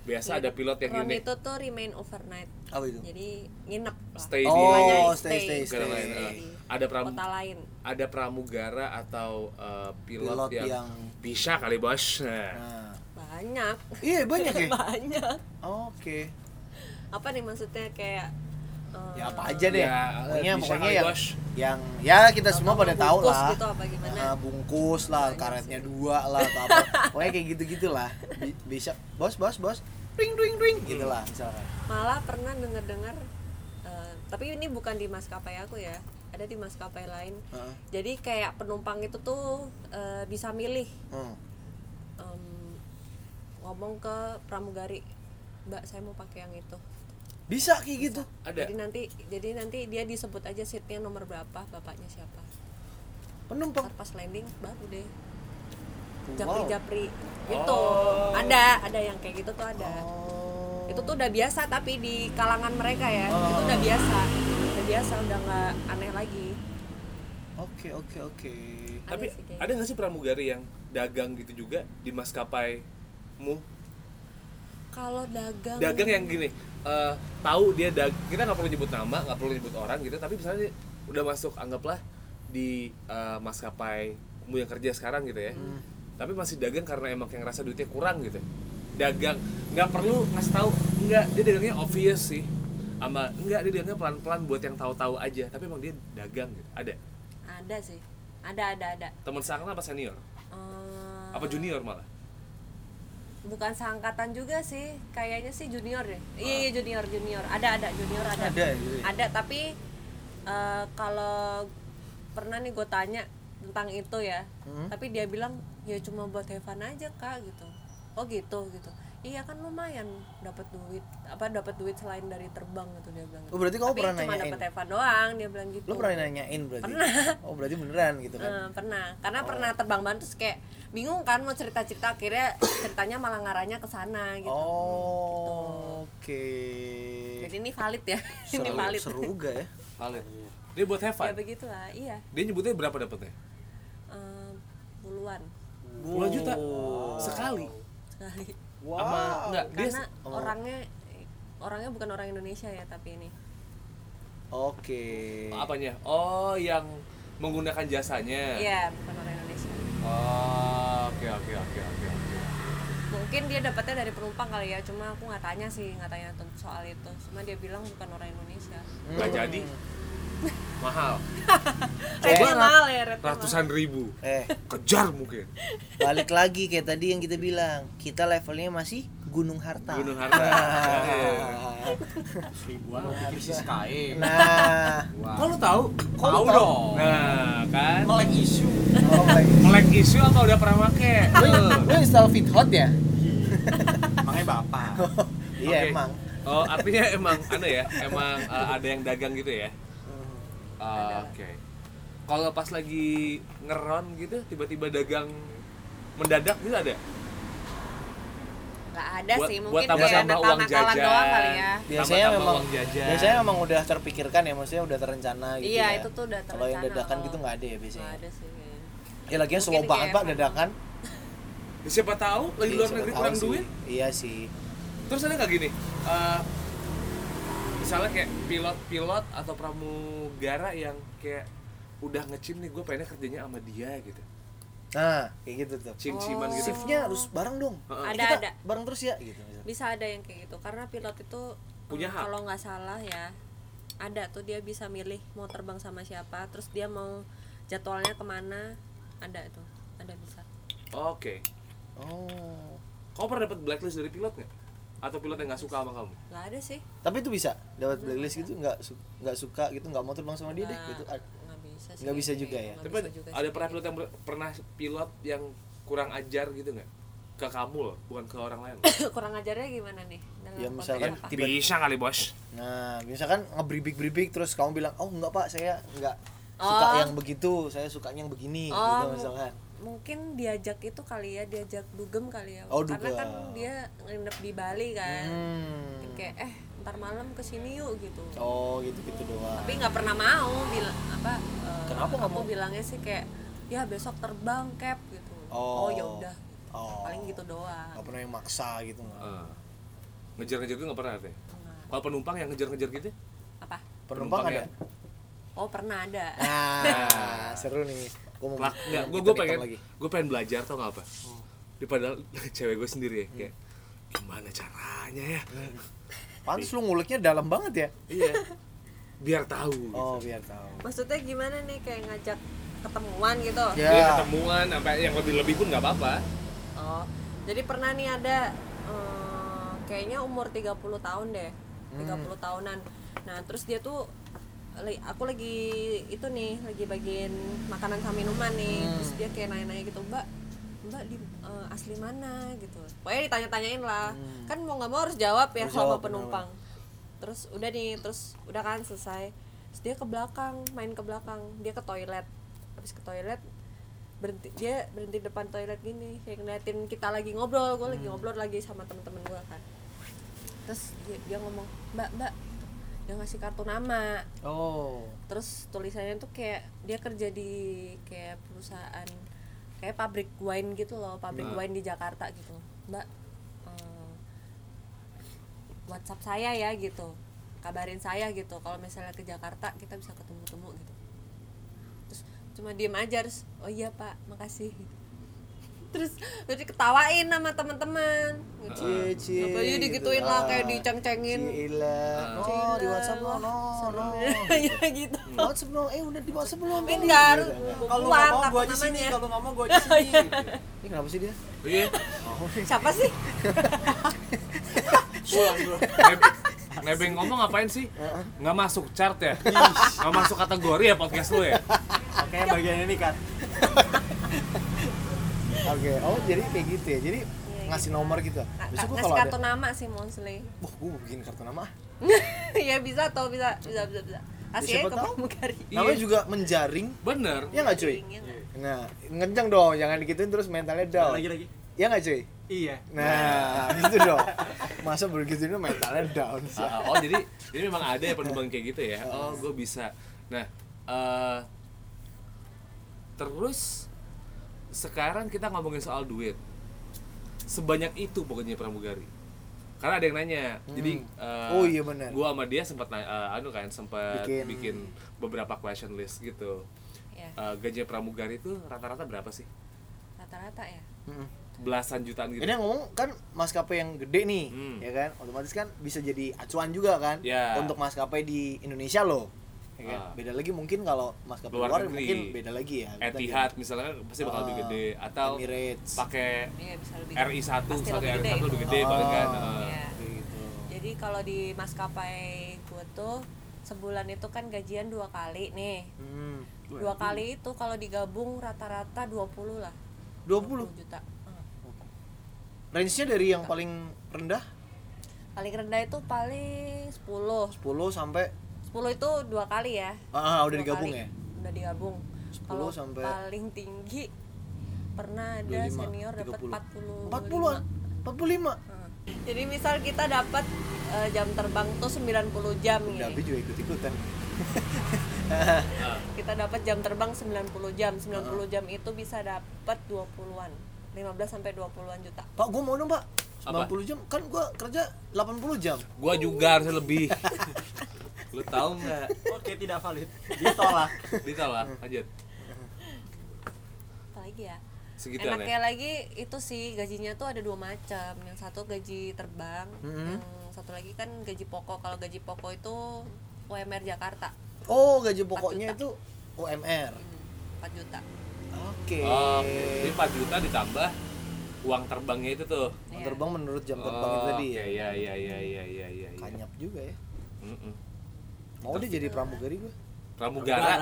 biasa ada pilot yang Ron ini Iya, itu tuh remain overnight apa itu jadi nginep lah. stay di oh Namanya stay stay stay. negara lain. stay Eh, ada pram kota lain ada pramugara atau eh, pilot, Pilot yang, yang- bisa kali bos nah, Nah. banyak iya banyak ya banyak oke apa nih maksudnya kayak eh, ya apa aja deh Ya, pokoknya bisa pokoknya kali, yang Bos. yang ya kita atau semua pada ngebungkus tahu lah gitu apa gimana Nah, bungkus lah karetnya dua lah atau apa pokoknya kayak gitu gitulah bisa bos bos bos ring ring ring gitu lah misalkan malah pernah denger dengar tapi ini bukan di maskapai aku ya ada di maskapai lain Heeh. jadi kayak penumpang itu tuh eh, bisa milih Hmm. em, ngomong ke pramugari mbak saya mau pakai yang itu bisa kayak gitu ada jadi nanti jadi nanti dia disebut aja seatnya nomor berapa bapaknya siapa penumpang Ntar pas landing baru deh Wow. japri-japri gitu Oh. ada ada yang kayak gitu tuh ada Oh. itu tuh udah biasa tapi di kalangan mereka ya itu Oh. udah biasa udah biasa udah nggak aneh lagi oke oke oke Ada tapi sih kayak ada nggak sih pramugari yang dagang gitu juga di maskapai mu kalau dagang dagang yang gini eh, tahu dia dag kita nggak perlu nyebut nama nggak perlu nyebut orang gitu tapi misalnya dia udah masuk anggaplah di eh, maskapai mu yang kerja sekarang gitu ya Hmm. tapi masih dagang karena emang yang ngerasa duitnya kurang gitu dagang nggak perlu ngasih tahu nggak dia dagangnya obvious sih ama nggak dia dagangnya pelan pelan buat yang tahu tahu aja tapi emang dia dagang gitu ada ada sih ada ada ada teman seangkatan apa senior Eh, apa junior malah bukan seangkatan juga sih kayaknya sih junior deh iya iya junior junior ada ada junior Ada ada ya, gitu ya? ada tapi eh, kalau pernah nih gue tanya tentang itu ya Hmm? tapi dia bilang ya cuma buat Evan aja kak gitu oh gitu gitu iya kan lumayan dapat duit apa dapat duit selain dari terbang gitu dia bilang Oh, berarti kamu Tapi pernah cuma nanyain? dapat Evan doang dia bilang gitu lo pernah nanyain berarti oh berarti beneran gitu kan Eh, pernah karena pernah terbang ban terus kayak bingung kan mau cerita cerita akhirnya ceritanya malah ngarahnya ke sana gitu oh, oke jadi ini valid ya ini seru valid seru juga ya valid dia buat have ya fun begitulah iya dia nyebutnya berapa dapetnya Eh, puluhan puluhan juta sekali sekali wow sama enggak dia karena oh. orangnya orangnya bukan orang Indonesia ya tapi ini oke apanya oh yang menggunakan Ya. jasanya iya bukan orang Indonesia oh oke oke oke oke oke. mungkin dia dapatnya dari penumpang kali ya cuma aku nggak tanya sih nggak tanya tentang soal itu cuma dia bilang bukan orang Indonesia nggak Hmm. jadi mahal Rate-nya Rat- Iya, mahal ya rate-nya mahal. ratusan ribu eh kejar mungkin balik lagi kayak tadi yang kita bilang kita levelnya masih gunung Nah. harta gunung harta Seribuan mau bikin si Sky. nah kok lu tahu Kok lu tahu? nah kan Melek isu. oh my melek isu atau udah pernah make Lo- lo install fit hot ya Makanya bapak. iya Oke. emang oh artinya emang ada ya emang eh, ada yang dagang gitu ya Ah, oke kalau pas lagi ngeron gitu tiba-tiba dagang mendadak gitu ada nggak ada Buat- sih buat mungkin tambah-tambah kayak nakal uang nakalan jajan. doang kali ya biasanya Tambah-tambah memang uang jajan. biasanya memang udah terpikirkan ya maksudnya udah terencana gitu iya ya. itu tuh udah kalau yang terencana, dadakan kalau- gitu nggak ada ya biasanya nggak ada sih kayaknya. ya lagian Mungkin slow di banget kayak pak emang- dadakan Ya siapa tahu lagi Iya, luar siapa Iya negeri tahu kurang sih. duit iya sih terus ada nggak gini eh, misalnya kayak pilot-pilot atau pramugara yang kayak udah ngecim nih gue pengennya kerjanya sama dia gitu nah kayak gitu tuh cim-ciman gitu shiftnya harus bareng dong Heeh. Eh, Ada, kita ada. bareng terus ya gitu misalnya. bisa ada yang kayak gitu karena pilot itu Punya eh, hak. kalau nggak salah ya ada tuh dia bisa milih mau terbang sama siapa terus dia mau jadwalnya kemana ada itu ada bisa oke oh kau pernah dapat blacklist dari pilot nggak atau pilot yang nggak suka sama kamu nggak ada sih tapi itu bisa dapat blacklist gitu nggak su- nggak suka gitu nggak mau terbang sama dia deh nggak gitu nggak bisa sih nggak bisa kayak juga gitu, ya? nggak tapi bisa ada, juga ada sih pernah kayak pilot yang ber- pernah pilot yang kurang ajar gitu nggak ke kamu loh bukan ke orang lain Kan loh. gitu. kurang ajarnya gimana nih dalam Ya, konteks misalkan apa? tiba- Iya. bisa kali bos nah misalkan ngebribik bribik terus kamu bilang oh nggak pak saya nggak suka Oh. yang begitu saya sukanya yang begini gitu Oh. misalkan mungkin diajak itu kali ya diajak dugem kali ya Oh, karena dugem. kan dia nginep di Bali kan hmm. kayak eh ntar malam kesini yuk gitu oh gitu gitu doang tapi nggak pernah mau bilang apa eh, Kenapa nggak aku mau? bilangnya sih kayak ya besok terbang cap gitu Oh. ya udah Oh. paling gitu doang nggak pernah yang maksa gitu nggak Ah. ngejar-ngejar itu nggak pernah artinya Nggak. kalau penumpang yang ngejar-ngejar gitu apa penumpang Penumpang ada ya. oh pernah ada nah seru nih Gua mau Plak, nggak, gue kita gue rekam pengen lagi gue pengen belajar tau nggak apa? Di padahal cewek gue sendiri ya, kayak gimana caranya ya? pantes lu nguliknya dalam banget ya Iya, biar tahu. Gitu. oh biar tahu maksudnya gimana nih kayak ngajak ketemuan gitu Ya. Jadi ketemuan, sampai yang lebih lebih pun nggak apa-apa. oh jadi pernah nih ada eh, kayaknya umur 30 tahun deh Hmm. 30 tahunan nah terus dia tuh li- aku lagi itu nih lagi bagiin makanan sama minuman Hmm. nih terus dia kayak nanya-nanya gitu mbak mbak di eh, asli mana gitu pokoknya ditanya-tanyain lah kan mau nggak mau harus jawab Hmm. ya Harus sama jawab, penumpang terus udah nih terus udah kan selesai terus dia ke belakang main ke belakang dia ke toilet habis ke toilet berhenti dia berhenti depan toilet gini kayak ngeliatin kita lagi ngobrol gue lagi ngobrol lagi sama temen-temen gue kan terus dia, dia ngomong mbak mbak gitu. dia ngasih kartu nama oh terus tulisannya tuh kayak dia kerja di kayak perusahaan kayak pabrik wine gitu loh pabrik Nah. wine di Jakarta gitu mbak eh, WhatsApp saya ya gitu kabarin saya gitu kalau misalnya ke Jakarta kita bisa ketemu-temu gitu terus cuma diem aja terus oh iya pak makasih gitu. terus terus diketawain sama teman-teman gitu. cie cie Apalagi gitu. digituin Ah, lah, kayak diceng-cengin. Cila. no Oh, di Cila, WhatsApp no no no ya gitu WhatsApp no eh udah di WhatsApp belum Gitu. Mungkin nggak Iya, harus buat Kalau nggak mau apa gue di sini, namanya. kalau nggak mau gue di sini. ini kenapa sih dia Iya, Oh, iya. siapa sih Pulang gue. Neb- nebeng ngomong ngapain sih? Nggak masuk chart ya? Nggak masuk kategori ya podcast lu ya? Makanya bagian ini kan. oke oh jadi kayak gitu ya jadi Iya, ngasih nomor gitu Ka- besok gua ngasih kalau kartu ada nama sih mostly wah gua bikin kartu nama ah. ya bisa atau bisa bisa bisa ya, bisa kasih siapa aja ke tahu? pramugari Iya. namanya juga menjaring Bener. ya nggak cuy Iya nggak? nah ngenceng dong jangan digituin terus mentalnya down Lagi lagi. ya nggak cuy Iya. Nah, gitu dong. Masa begitu ini mentalnya down sih. Ah, oh jadi jadi memang ada ya penumpang kayak gitu ya oh gue bisa nah eh, terus sekarang kita ngomongin soal duit sebanyak itu pokoknya pramugari karena ada yang nanya jadi eh, Oh, iya benar. gua sama dia sempat na- eh, anu kan sempat bikin. Bikin- beberapa question list gitu ya Eh, gaji pramugari itu rata-rata berapa sih rata-rata ya Mm-mm. belasan jutaan gitu Ini yang ngomong kan maskapai yang gede nih, Hmm. ya kan? Otomatis kan bisa jadi acuan juga kan Ya. untuk maskapai di Indonesia loh. Ya kan? Ah. Beda lagi mungkin kalau maskapai Luar luar, negeri. mungkin beda lagi ya. Kita Etihad misalnya pasti bakal lebih Ah, gede atau Emirates. pakai Iya, bisa lebih RI 1 Pasti satu lebih RI gede 1 itu. lebih gede Ah. banget kan. Heeh. Iya. gitu. Gitu. jadi kalau di maskapai gua tuh sebulan itu kan gajian dua kali nih Hmm. dua kali itu kalau digabung rata-rata 20 lah 20. juta Hmm. Range-nya dari yang paling rendah paling rendah itu paling 10 10 sampai 10 itu dua kali ya ah, ah, udah Dua digabung kali. ya. udah digabung 10 kalau sampai- paling tinggi pernah ada 25, senior dapat 30. 40-an, 40 45. jadi misal kita dapat eh, jam terbang tuh 90 jam Udah ya. nih Abi juga ikut-ikutan. kita dapat jam terbang 90 jam 90 jam itu bisa dapat 20-an 15 sampai 20-an juta Pak, gua mau dong, Pak. Apa? 90 jam kan gua kerja 80 jam. Gua juga harusnya lebih. lu tahu nggak Oke, tidak valid. Ditolak. ditolak lanjut apalagi ya segitu aneh enaknya lagi itu sih gajinya tuh ada dua macam yang satu gaji terbang Mm-hmm. yang satu lagi kan gaji pokok kalau gaji pokok itu UMR Jakarta Oh, gaji pokoknya itu UMR. 4 juta Oke. oh ini 4 juta ditambah uang terbangnya itu tuh Iya. Jam Terbang menurut jam terbang itu oh, tadi ya. ya ya ya ya ya ya ya Kanyap juga ya. Mm-mm. Mau deh jadi pramugari gue. pramugara Iya.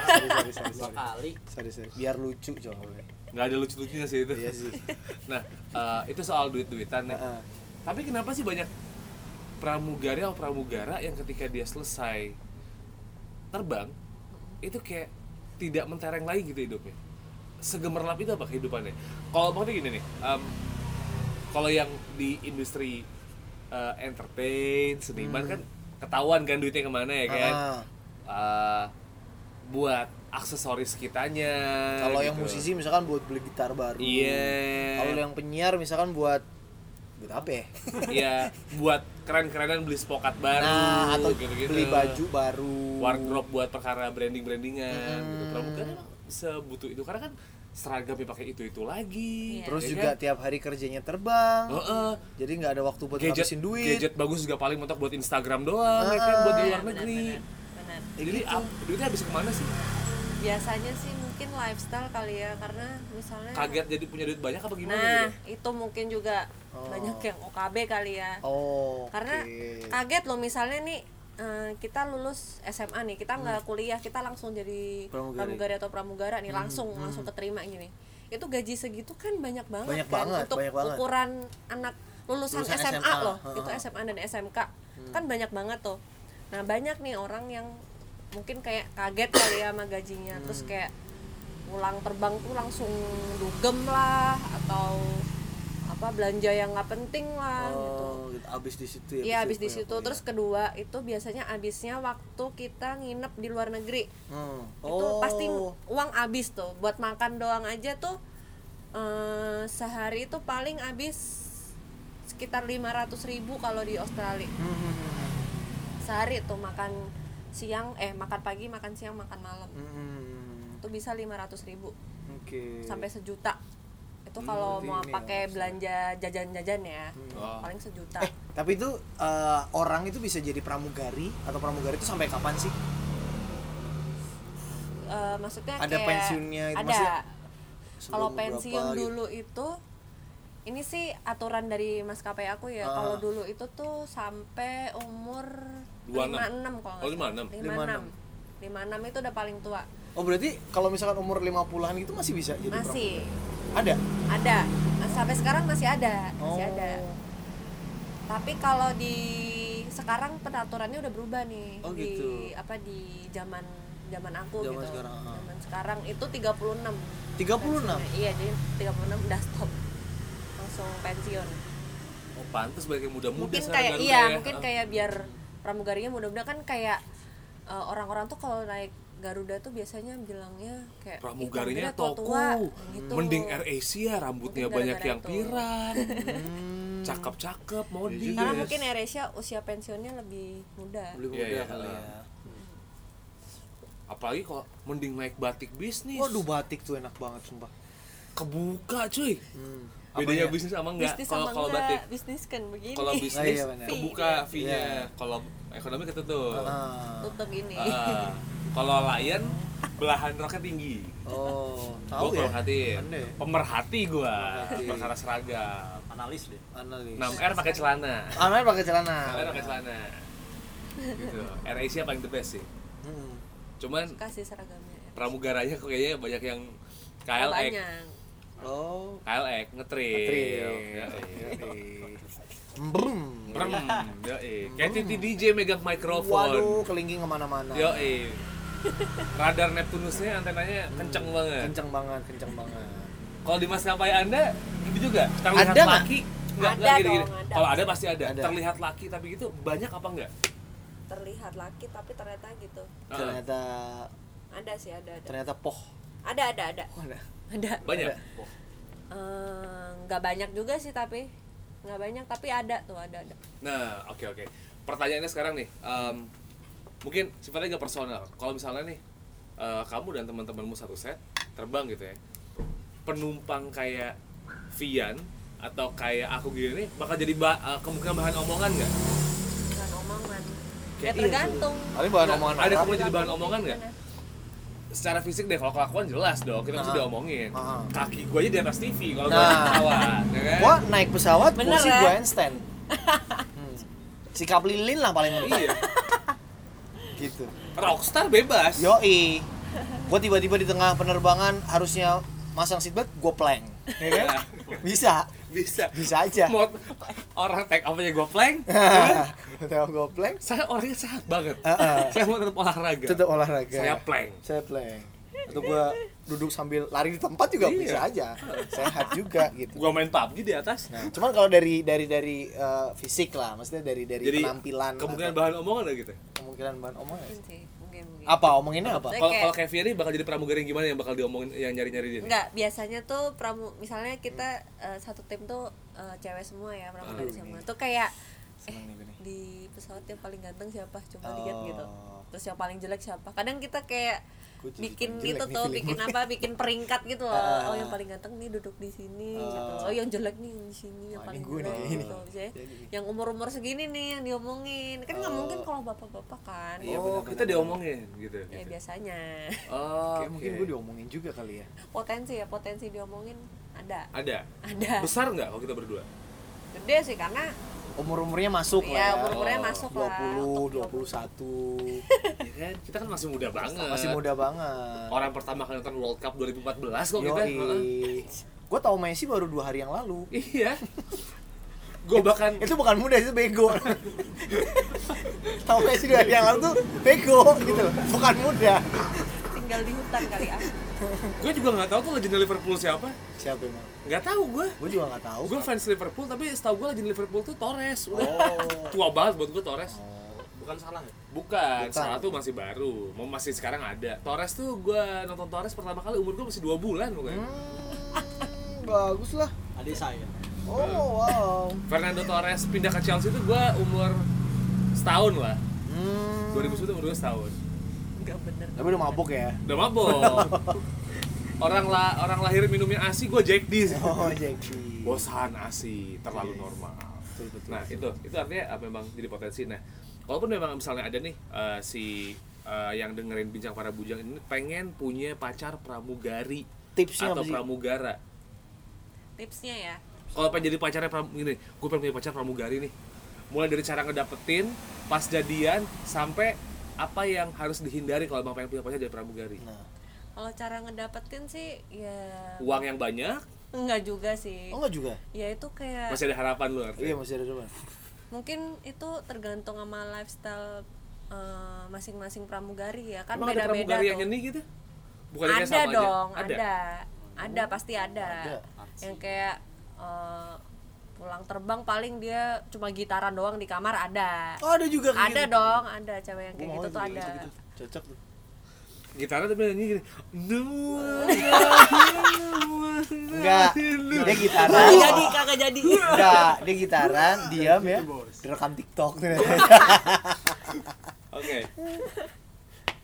sorry, sorry, sorry, Dua sorry. kali. Sorry, sorry. Biar lucu coba. nggak ada lucu lucunya sih itu Iya sih. nah eh, itu soal duit duitan ya Heeh. Tapi kenapa sih banyak pramugari atau pramugara yang ketika dia selesai terbang itu kayak tidak mentereng lagi gitu hidupnya. Segemerlap itu apa kehidupannya? Kalau maksudnya gini nih, em, kalau yang di industri eh, entertain seniman Hmm. kan ketahuan kan duitnya kemana ya kan? Ah. Eh, buat aksesoris kitanya. Kalau yang gitu. musisi misalkan buat beli gitar baru. Iya. Kalau yang penyiar misalkan buat buat apa ya? ya buat keren-kerenan beli spokat baru Nah, atau gitu-gitu. beli baju baru. wardrobe buat perkara branding-brandingan Hmm. gitu pramugara emang sebutuh itu karena kan seragamnya pakai itu itu Iya. lagi Terus ya juga kan? tiap hari kerjanya terbang. Heeh. Jadi nggak ada waktu buat gadget ngabisin duit. Ah. gadget bagus juga paling mentok buat Instagram doang ya kan buat di luar negeri Iya, benar jadi gitu. ap- duitnya habis kemana sih biasanya sih mungkin lifestyle kali ya karena misalnya kaget jadi punya duit banyak apa gimana nah gitu Oh. itu mungkin juga banyak yang OKB kali ya Oh. karena oke. kaget loh misalnya nih eh, kita lulus SMA nih kita nggak kuliah kita langsung jadi Hmm. Pramugari. Hmm, pramugari atau pramugara nih langsung langsung keterima gini itu gaji segitu kan banyak banget Banyak kan banget, untuk banyak banget. ukuran anak lulusan, Lulusan SMA, SMA, loh ha-ha. itu SMA dan SMK Hmm. kan banyak banget tuh nah banyak nih orang yang mungkin kayak kaget kali ya sama gajinya terus Hmm. kayak pulang terbang tuh langsung dugem lah atau apa belanja yang nggak penting lah gitu Oh, gitu. abis di situ ya. Iya abis habis di situ terus kedua itu biasanya habisnya waktu kita nginep di luar negeri Hmm. itu Oh. pasti uang habis tuh buat makan doang aja tuh eh, sehari itu paling habis sekitar 500.000 ribu kalau di Australia Hmm, hmm, sehari tuh makan siang eh makan pagi makan siang makan malam hmm, hmm. itu bisa 500.000 ribu Oke. sampai sejuta itu kalau Hmm. berarti ini mau ya, Hmm. pakai belanja jajan-jajan ya Oh. paling sejuta Tapi itu eh, orang itu bisa jadi pramugari atau pramugari itu sampai kapan sih? Eh, maksudnya Ada kayak pensiunnya gitu, maksudnya ada kalau Sebelum berapa pensiun gitu? dulu itu ini sih aturan dari maskapai aku ya Ah. kalau dulu itu tuh sampai umur 26. 56 kalau Oh, 56 56. 56 56 itu udah paling tua Oh berarti kalau misalkan umur 50-an gitu masih bisa jadi masih pramugari? Ada? ada Nah, sampai sekarang masih ada masih Oh. ada tapi kalau di sekarang peraturannya udah berubah nih Oh, di gitu. apa di zaman zaman aku Zaman gitu sekarang, ah. zaman sekarang itu 36 36? Pensiunnya, Iya, jadi 36 udah stop. Langsung pensiun. oh pantas banyak yang muda-muda Mungkin sekarang kayak Garuda iya, ya. mungkin Ah. kayak biar pramugarinya mudah-mudahan kan kayak eh, orang-orang tuh kalau naik Garuda tuh biasanya bilangnya kayak "Ih, pramugarinya pramugarnya toko Eh, tua-tua," gitu. mending Air Asia rambutnya Mungkin banyak gara-gara yang itu. Hmm. pirang cakep-cakep Iya modis Karena mungkin Air Asia usia pensiunnya lebih muda. Lebih Iya, muda iya, kali eh. ya. apalagi kalau mending naik batik bisnis Waduh batik tuh enak banget sumpah. kebuka cuy Hmm. bedanya Apanya? bisnis sama enggak bisnis kalau sama kalau enggak, batik bisnis kan begini. kalau bisnis iya, benar. kebuka fee nya Iya. kalau ekonomi ketutup Ah. tutup gini. Ah, kalau layan belahan roknya tinggi Oh, gue tahu ya. pemerhati Aneh. pemerhati gue Pemerhati. perkara seragam Analis deh. Analis. 6R pakai celana Analis pakai celana. 6R Nah. pakai celana gitu Air Asia paling the best sih Hmm. cuman Kasih seragamnya. pramugaranya kok kayaknya banyak yang KLX Banyak. Oh. KLX ngetril Ngetril. iya, Yoi. Brum. Brem, yoi. Kayak Titi DJ megang Waduh, mikrofon. kelingking kemana-mana. Yoi. Radar Neptunusnya antenanya kenceng banget. Kenceng banget, kenceng banget. Kalau di maskapai Anda gitu juga terlihat Ada nggak? laki Nggak, Ada nggak, gini-gini. dong, ada. Kalau ada pasti ada. Ada. Terlihat laki tapi gitu banyak apa enggak? Terlihat laki tapi ternyata gitu. Ah. Ternyata Ada sih, ada ada. ternyata poh. Ada ada ada. Oh, ada. Ada. Banyak. Eh, nggak banyak juga sih tapi nggak banyak tapi ada tuh ada ada Nah, oke oke. Pertanyaannya sekarang nih, em, mungkin sifatnya nggak personal kalau misalnya nih eh, kamu dan teman-temanmu satu set terbang gitu ya penumpang kayak Vian atau kayak aku gini nih bakal jadi ba- eh, kemungkinan bahan omongan nggak bukan omongan ya Kayak iya sih. tergantung Paling bahan Nggak, omongan ada orang. kemungkinan jadi bahan omongan nggak secara fisik deh kalau kelakuan jelas dong kita pasti Ah. diomongin Ah. kaki gue aja di atas TV kalau gue Nah. ketahuan ya kan Gua naik pesawat, Bener, kursi ya? gua handstand. Hmm. Sikap lilin lah paling iya gitu. rockstar bebas Yoi. Gua tiba-tiba di tengah penerbangan harusnya masang seatbelt, gua plank. Ya kan? Bisa. bisa Bisa aja. Mau orang take off aja gue plank Tahu gua plank? saya orangnya sehat banget Heeh. saya mau tetap olahraga Tetap olahraga. saya plank Saya plank. Atau gua duduk sambil lari di tempat juga Iya. bisa aja. Sehat juga gitu. gue main PUBG di atas Nah, cuman kalau dari dari dari eh, fisik lah, maksudnya dari dari jadi penampilan kemungkinan atau- bahan omongan lah gitu kemungkinan bahan omongan. Mungkin sih, mungkin mungkin Apa omonginnya apa? kalau kayak- kalau kayak Fieri bakal jadi pramugari yang gimana yang bakal diomongin yang nyari nyari dia nih? Enggak, biasanya tuh pramu misalnya kita eh, satu tim tuh eh, cewek semua ya, pramugari Aduh, semua. ini. Tuh kayak Seneng nih gue nih. di pesawat yang paling ganteng siapa cuma Oh. lihat gitu. Terus yang paling jelek siapa? Kadang kita kayak Gua jadi bikin paling gitu jelek nih tuh, feeling bikin gue. apa? Bikin peringkat gitu loh. Ah. Oh, yang paling ganteng nih duduk di sini Ah. gitu. Oh, yang jelek nih yang di sini, yang Wah, ini paling gue nih jelek kayaknya gitu. nih. Misalnya, Jadi nih. Yang umur-umur segini nih yang diomongin. Kan nggak Oh. mungkin kalau bapak-bapak kan. Iya, oh benar-benar. kita diomongin gitu Ya biasanya. Kayak oh oke. mungkin gue diomongin juga kali ya. Potensi ya, potensi diomongin ada. ada Ada. besar nggak kalau kita berdua Gede sih karena Umur-umurnya masuk Iya, lah ya. umur-umurnya Oh, masuk lah. Untuk 20, 21. ya kan kita kan masih muda banget masih muda banget. orang pertama kali nonton World Cup 2014 kok gitu. kita Heeh. Yoi. Gue tau Messi baru dua hari yang lalu. iya gue bahkan Itu bukan muda, itu bego. tau Messi dua hari yang lalu tuh bego gitu loh. Bukan muda. tinggal di hutan kali ah. gue juga nggak tahu tuh legenda Liverpool siapa Siapa emang? nggak tahu gue Gue juga nggak tahu. gue Oh, fans Liverpool tapi setahu gue legend Liverpool tuh Torres udah Oh. tua banget buat gue Torres Bukan salah ya? bukan, Bukan. Salah tuh masih baru mau masih sekarang ada Torres tuh gue nonton Torres pertama kali umur gue masih dua bulan bukan Hmm, bagus lah. Adik saya. Oh wow. Fernando Torres pindah ke Chelsea tuh gue umur setahun lah Hmm. 2010 umur gue setahun Enggak bener. Tapi udah mabuk ya. udah mabok orang la orang lahir minumnya asi gue Jack D sih. Oh Jackie. bosan asi terlalu normal Betul, betul. nah itu itu artinya ah, memang jadi potensi nah walaupun memang misalnya ada nih eh, si eh, yang dengerin bincang para bujang ini pengen punya pacar pramugari Tipsnya atau apa sih? pramugara Tipsnya ya. kalau pengen jadi pacarnya pram gini gue pengen punya pacar pramugari nih mulai dari cara ngedapetin pas jadian sampai apa yang harus dihindari kalau emang pengen punya pacar jadi pramugari Nah. Kalau cara ngedapetin sih ya uang yang banyak enggak juga sih. Oh enggak juga. Ya itu kayak masih ada harapan lu Iya artinya masih ada depan. mungkin itu tergantung sama lifestyle eh, masing-masing pramugari ya kan Emang ada beda-beda pramugari yang tuh. ini gitu bukan Ada sama aja? dong, ada. Ada, pasti ada. Ada. Yang kayak eh, pulang terbang paling dia cuma gitaran doang di kamar ada. Oh ada juga kayak ada gitu. dong, ada cewek yang Gua kayak mau gitu tuh juga ada. gitu. Cocok tuh. gitarnya tapi nyanyi gini "No one Enggak. Dia gitaran. Kagak jadi, kagak jadi. Enggak, dia gitaran, diam ya. Direkam TikTok oke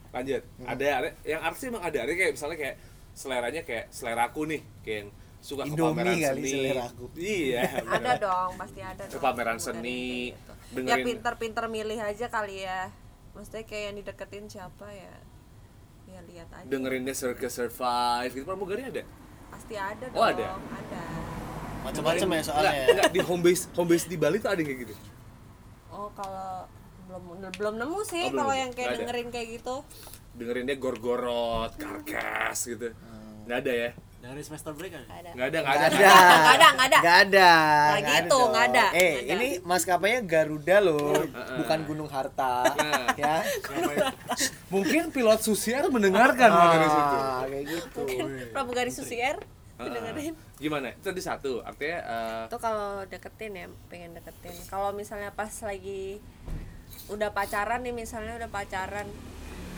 lanjut Hmm. ada ada- yang artis emang ada ada kayak misalnya kayak seleranya kayak selera aku nih kayak yang suka ke Indomie pameran kali seni selera aku. iya Ada dong, pasti ada. ke dong pameran pramugari seni yang kayak gitu. Ya dengerin pinter-pinter milih aja kali ya. Maksudnya kayak yang dideketin siapa ya? Ya lihat aja. dengerinnya Circus Survive gitu pramugari ada Pasti ada dong. Oh, ada? Ada. Macam-macam ya Dengerin- soalnya. Enggak, enggak, di home base home base di Bali tuh ada yang kayak gitu Oh, kalau belum belum nemu sih Oh, belum kalau nemu. yang kayak Nggak ada. dengerin kayak gitu. dengerinnya gorgorot karkas gitu nggak ada ya Dengerin semester break aja. Nggak Ada. nggak ada nggak Hmm. Iya. Enggak ada ada. Nggak ada, nggak ada. Enggak ada. Nggak gitu, dong. nggak ada, Eh, nggak ada. ini maskapainya Garuda loh, bukan Gunung Harta. ya. mungkin pilot susiar mendengarkan materi situ Ah, kayak gitu. Pramugari Susier dengerin. Ah. gimana itu tadi satu artinya eh, Itu kalau deketin ya, pengen deketin. Kalau misalnya pas lagi udah pacaran nih, misalnya udah pacaran,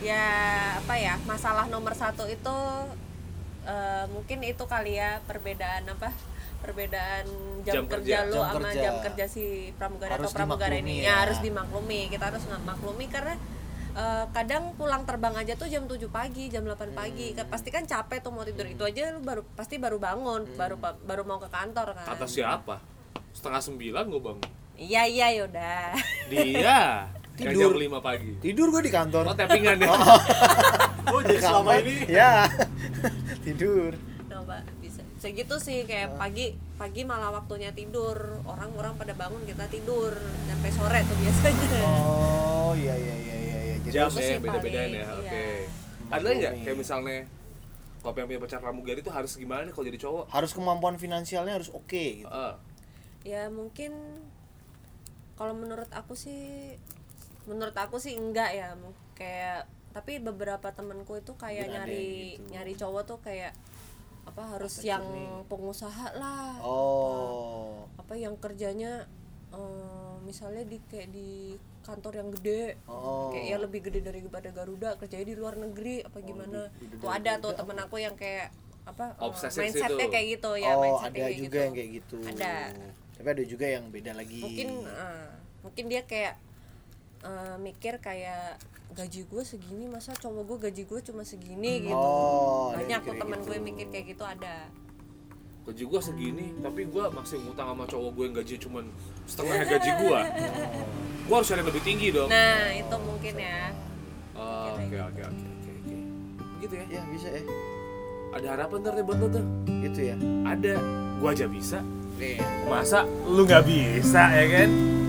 ya apa ya masalah nomor satu itu eh, mungkin itu kali ya perbedaan apa perbedaan Jam jam, kerja, kerja. lu Jam sama kerja. jam kerja si pramugara Harus atau pramugara dimaklumi ya. ini ya harus dimaklumi kita harus maklumi karena eh, kadang pulang terbang aja tuh jam 7 pagi, jam 8 Hmm. pagi. Kan Pasti kan capek tuh mau tidur. Itu aja lu baru pasti baru bangun, Hmm. baru pa- baru mau ke kantor kan. Kata siapa? Setengah sembilan gue bangun. Iya iya yaudah. Dia kayak jam Tidur. lima pagi. tidur gue di Oh kantor tappingan ya? Oh jadi selama Kamar. ini ya tidur Coba Nah, bisa. Segitu sih Iya. kayak pagi pagi malah waktunya tidur. Orang-orang pada bangun kita tidur sampai sore tuh biasanya. oh iya iya iya iya iya. jadi Jam ya, sih beda-beda paling, ya. iya. Oke. Ada nggak Maklumi. kayak misalnya kalau pengen punya pacar pramugari itu harus gimana nih kalau jadi cowok? Eh, harus kemampuan finansialnya harus oke gitu. Heeh. Ya mungkin kalau menurut aku sih menurut aku sih enggak ya. Mu- Kayak tapi beberapa temenku itu kayak Mungkin ada nyari yang gitu. nyari cowok tuh kayak apa harus yang pengusaha lah. oh Apa yang kerjanya eh, misalnya di kayak di kantor yang gede oh kayak ya lebih gede daripada Garuda kerjanya di luar negeri apa gimana tuh ada tuh temen aku yang kayak apa eh, Obsesif mindsetnya situ. kayak gitu ya oh ada mindsetnya kayak juga gitu. yang kayak gitu Ada. tapi ada juga yang beda lagi mungkin eh, mungkin dia kayak eh, mikir kayak gaji gue segini masa cowok gue gaji gue cuma segini gitu oh ada yang mikir banyak tuh kayak temen gitu. gue mikir kayak gitu ada Gaji gue segini, tapi gue masih ngutang sama cowok gue yang gaji cuman setengah gaji gue. Oh. Gue harus cari yang lebih tinggi dong. nah itu mungkin ya Oh, Oke oke oke oke oke. Gitu ya. ya bisa eh Ada harapan ntar nih buat lo tuh. gitu ya Ada. Gue aja bisa. nih Masa lu nggak bisa ya kan?